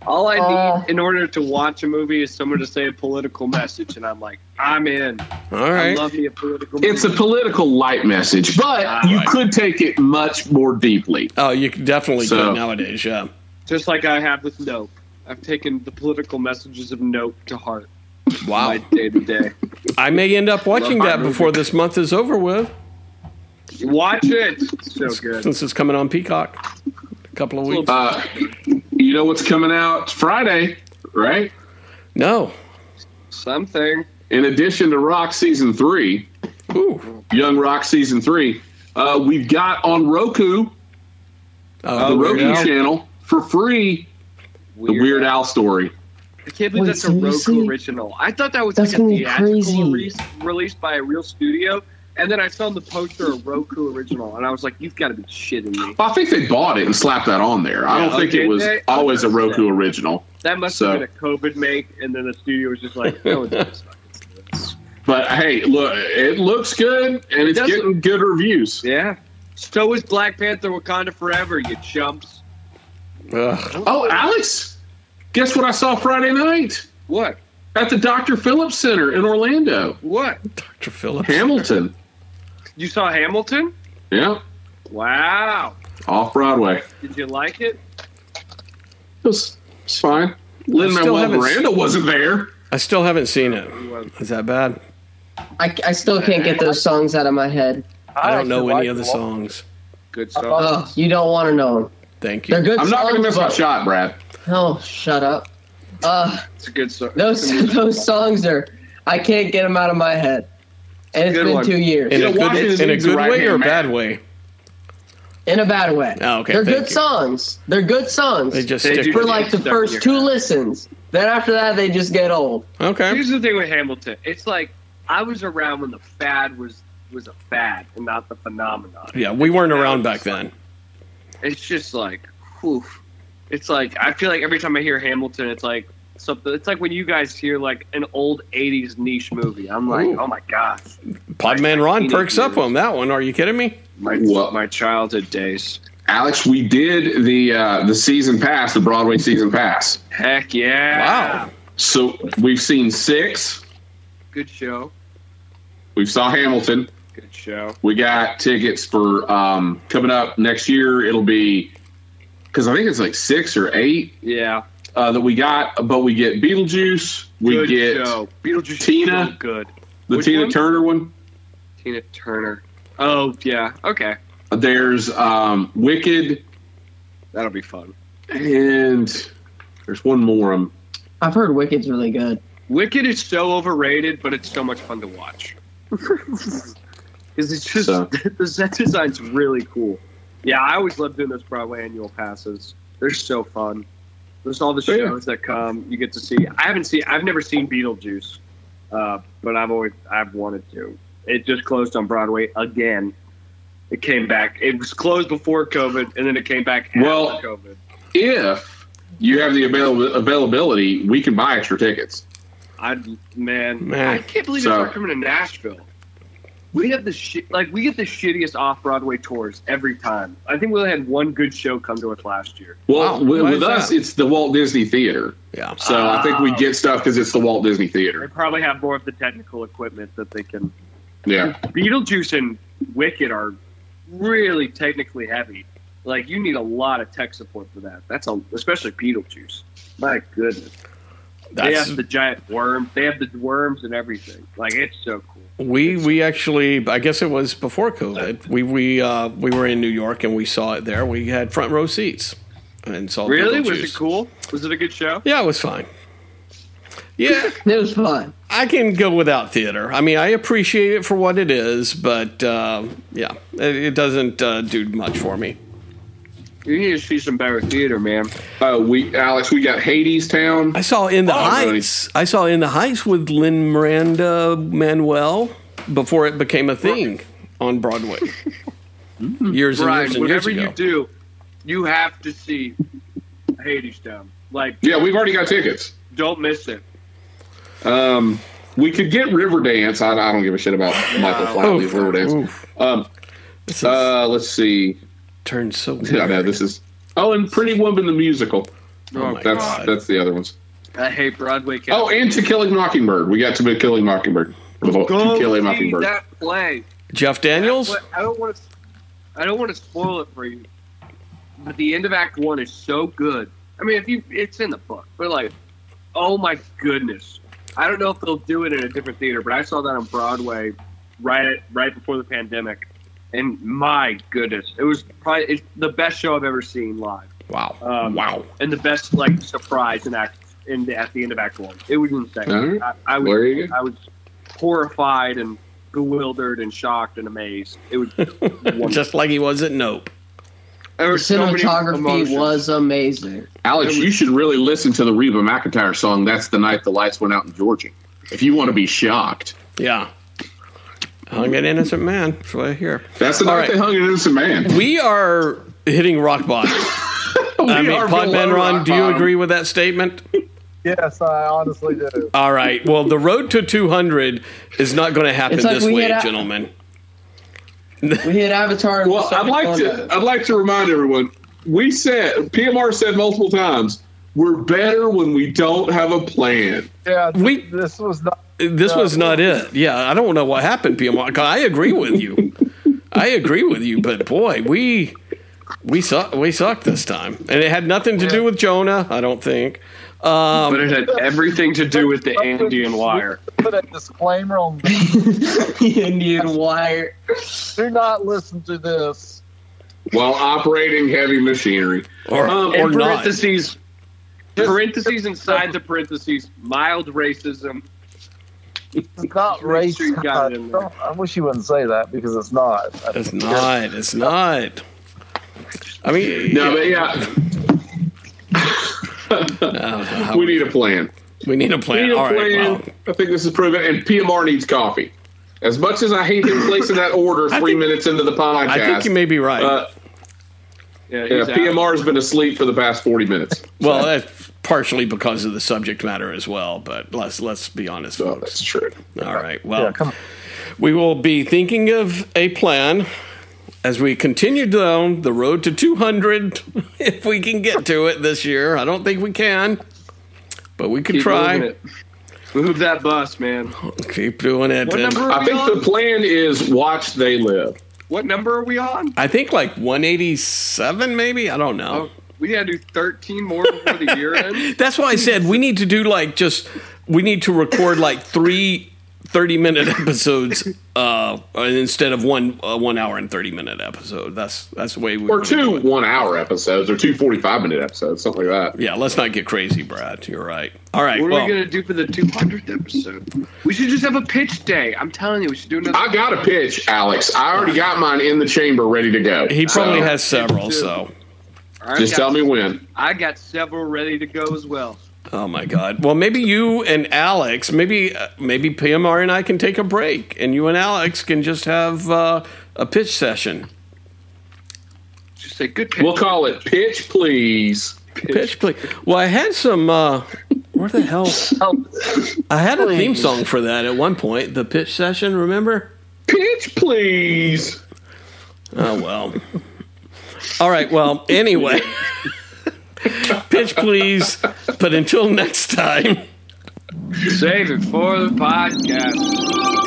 All I Oh. need in order to watch a movie is someone to say a political message, and I'm like, I'm in. All I right. love me a political. it's a movie. political light message, but you Right. could take it much more deeply. Oh, you can definitely do So- it nowadays. Yeah. just like I have with Nope. I've taken the political messages of Nope to heart Wow. my day to day. I may end up watching Love my that movie. before this month is over with, Watch it. It's so good. since it's coming on Peacock. A couple of weeks. Uh, you know what's coming out Friday, right? No. Something. In addition to Rock season three, Ooh. Young Rock season three, uh, we've got on Roku Uh, the Roku yeah. channel for free the Oh, Weird Al story. I can't believe Wait, that's a seriously? Roku original. I thought that was That's like a gonna be theatrical crazy. release, release by a real studio. And then I saw on the poster a Roku original, and I was like, "You've got to be shitting me! Well, I think they bought it and slapped that on there. I Yeah, don't think okay, it was they- always a Roku original. That must So- have been a COVID make." And then the studio was just like, "Oh, "No, it's just fucking this." But hey, look, it looks good and it's doesn't- getting good reviews. yeah." So is Black Panther: Wakanda Forever, you chumps. Ugh. Oh, Alex, guess what I saw Friday night What? at the Dr. Phillips Center in Orlando, What? Dr. Phillips. Hamilton. You saw Hamilton? Yeah, Wow! off Broadway. It Did you like it? was, it's fine. Lin I still Manuel haven't s- Miranda wasn't there. I still haven't seen it. Is that bad? I, I still can't get those songs out of my head. I don't know any actually like of the a lot. songs. Good stuff. Oh, you don't want to know them. Thank you. They're good. I'm not going to miss my songs, shot, Brad. but- Oh, shut up. Uh, It's a good stuff. those those songs are. I can't get them out of my head, and it's Good been one. two years In You a know, good, Washington in a needs a good way or a right-hand bad man. way? in a bad way. Oh, okay, They're thank good you. songs. They're good songs. They just They stick do for with like the Stuck in your first two head. listens. Then after that, they just get old. it. Okay. Here's the thing with Hamilton. It's like I was around when the fad was was a fad and not the phenomenon. Yeah, we weren't around back then. It's just like, whew. It's like I feel like every time I hear Hamilton, it's like something. It's like when you guys hear like an old '80s niche movie. I'm like, Ooh. oh my gosh, Podman Ron perks up Teenagers. on that one. Are you kidding me? my What? my childhood days. Alex, we did the uh, the season pass, the Broadway season pass. Heck yeah! Wow. So we've seen six. good show, We saw Hamilton. good show. We got tickets for um, coming up next year. It'll be because I think it's like six or eight Yeah. uh, that we got. But we get Beetlejuice, we good get show. Beetlejuice is Tina. so good. the Which Tina one? Turner one. Tina Turner. Oh yeah. Okay. There's um, Wicked, That'll be fun. and there's one more. Um, I've heard Wicked's really good. Wicked is so overrated, but it's so much fun to watch. Because it's just So- the set design's really cool. Yeah, I always love doing those Broadway annual passes. They're so fun. There's all the Oh, yeah. shows that come. You get to see. I haven't seen. I've never seen Beetlejuice, uh, but I've always I've wanted to. It just closed on Broadway again. It came back. It was closed before COVID, and then it came back after Well, COVID. if you have the avail- availability, we can buy extra tickets. I man, Man. I can't believe So- it's not coming to Nashville. We have the shi- like we get the shittiest off Broadway tours every time. I think we only had one good show come to us last year. Well, Wow, with, why with is us, that? it's the Walt Disney Theater, Yeah. so I think we get stuff because it's the Walt Disney They Theater. probably have more of the technical equipment that they can. Yeah, Beetlejuice and Wicked are really technically heavy. Like you need a lot of tech support for that. That's a especially Beetlejuice. My goodness, they That's have the giant worm. They have the worms and everything. Like it's so cool. we we actually I guess it was before COVID. We we uh we were in New York and we saw it there. We had front row seats and saw Really, was it Beetlejuice. cool? Was it a good show? Yeah, it was fine. Yeah, It was fun. I can go without theater. I mean, I appreciate it for what it is, but uh, yeah, it, it doesn't uh, do much for me. You need to see some better theater, man. uh, we Alex, we got Hades Town. I saw in the Oh, really? Heights. I saw in the Heights with Lynn Miranda Manuel before it became a thing on Broadway. years and Brian, years and years whatever ago. you do, you have to see Hades Town. Like, Yeah, we've already got tickets. don't miss it. Um, we could get Riverdance. I, I don't give a shit about Michael Oof. Flatley's Riverdance. Oof. Um, This is- uh, let's see. turned so weird. Yeah, no, this is. Oh, and Pretty Woman the musical. Oh my That's God. that's the other ones. I hate Broadway. Cast. Oh, and To Kill a Mockingbird. We got To Kill a Mockingbd. To go Kill a see Mockingbird. that play. Jeff Daniels. But I don't want to. I don't want to spoil it for you, but the end of Act One is so good. I mean, if you, it's in the book, but like, oh my goodness, I don't know if they'll do it in a different theater, but I saw that on Broadway right at, right before the pandemic, and my goodness, it was probably it's the best show I've ever seen live, Wow. Um, wow. and the best like surprise in Act in the, at the end of Act One. It was insane. All right. I, I There you was go. I was horrified and bewildered and shocked and amazed. It was wonderful. Just like he was at Nope. There The were so many cinematography emotions. was amazing. Alex, you should really listen to the Reba McIntyre song. That's the night the lights went out in Georgia. If you want to be shocked, Yeah. Hung an innocent man. That's what I hear. that's the All night right. they hung an innocent man. We are hitting rock bottom. We I mean, are Pod below Man Ron, rock do you bottom. agree with that statement? Yes, I honestly do. All right. Well, the road to 200 is not going to happen It's like this we way, hit out- gentlemen. We hit Avatar. And Well, I'd like to. I'd like to remind everyone. We said PMR said multiple times we're better when we don't have a plan. Yeah, th- Uh, We- this was not. This was not it. Yeah, I don't know what happened, PMR. 'cause I agree with you. I agree with you, but boy, we we suck. We sucked this time, and it had nothing to do with Jonah. I don't think. Um, but it had everything to do with the Andean wire. Put a disclaimer on. Indian Wire. Do not listen to this. while operating heavy machinery. Or, Um, Oh, or In not. parentheses, parentheses inside the parentheses, mild racism. It's not Make sure you racist. got it in there. I wish you wouldn't say that because it's not. It's not. It's not. I mean, No, but yeah, no, we need a plan. uh, we need a We plan. need a All right. plan. well, I think this is proven. And PMR needs coffee. As much as I hate him placing that order three think- minutes into the podcast, I think you may be right. Uh, Yeah, yeah, he's out. PMR has been asleep for the past forty minutes. Well, that's partially because of the subject matter as well, but let's let's be honest, Oh, folks. that's true. All right. Well, Yeah, come on. we will be thinking of a plan as we continue down the road to 200 if we can get to it this year. I don't think we can, but we could Keep try. moving it. Move that bus, man. Keep doing it. What and number are I we think the on? plan is watch they live. What number are we on? I think like 187 maybe. I don't know. Oh, We gotta do 13 more before the year ends. That's why I said we need to do like just we need to record like three 30 minute episodes uh, instead of one uh, one hour and 30 minute episode. That's that's the way we or wanna do two it. one hour episodes or two 45 minute episodes, something like that. Yeah, let's not get crazy, Brad. You're right. All right. What are well, we gonna do for the 200th episode? We should just have a pitch day. I'm telling you, we should do another. I got a pitch, Alex. I already got mine in the chamber ready to go. he probably Oh, So, has several. So, I Just got- tell me when. I got several ready to go as well. oh my God. Well, maybe you and Alex, maybe uh, maybe PMR and I can take a break, and you and Alex can just have uh, a pitch session. Just say good pitch. We'll call it Pitch Please. Pitch, please. Well, I had some. Uh, where the hell? I had a theme song for that at one point. The pitch session. Remember? Pitch Please. Oh well. All right. Well, anyway, pitch, please. But until next time. Save it for the podcast.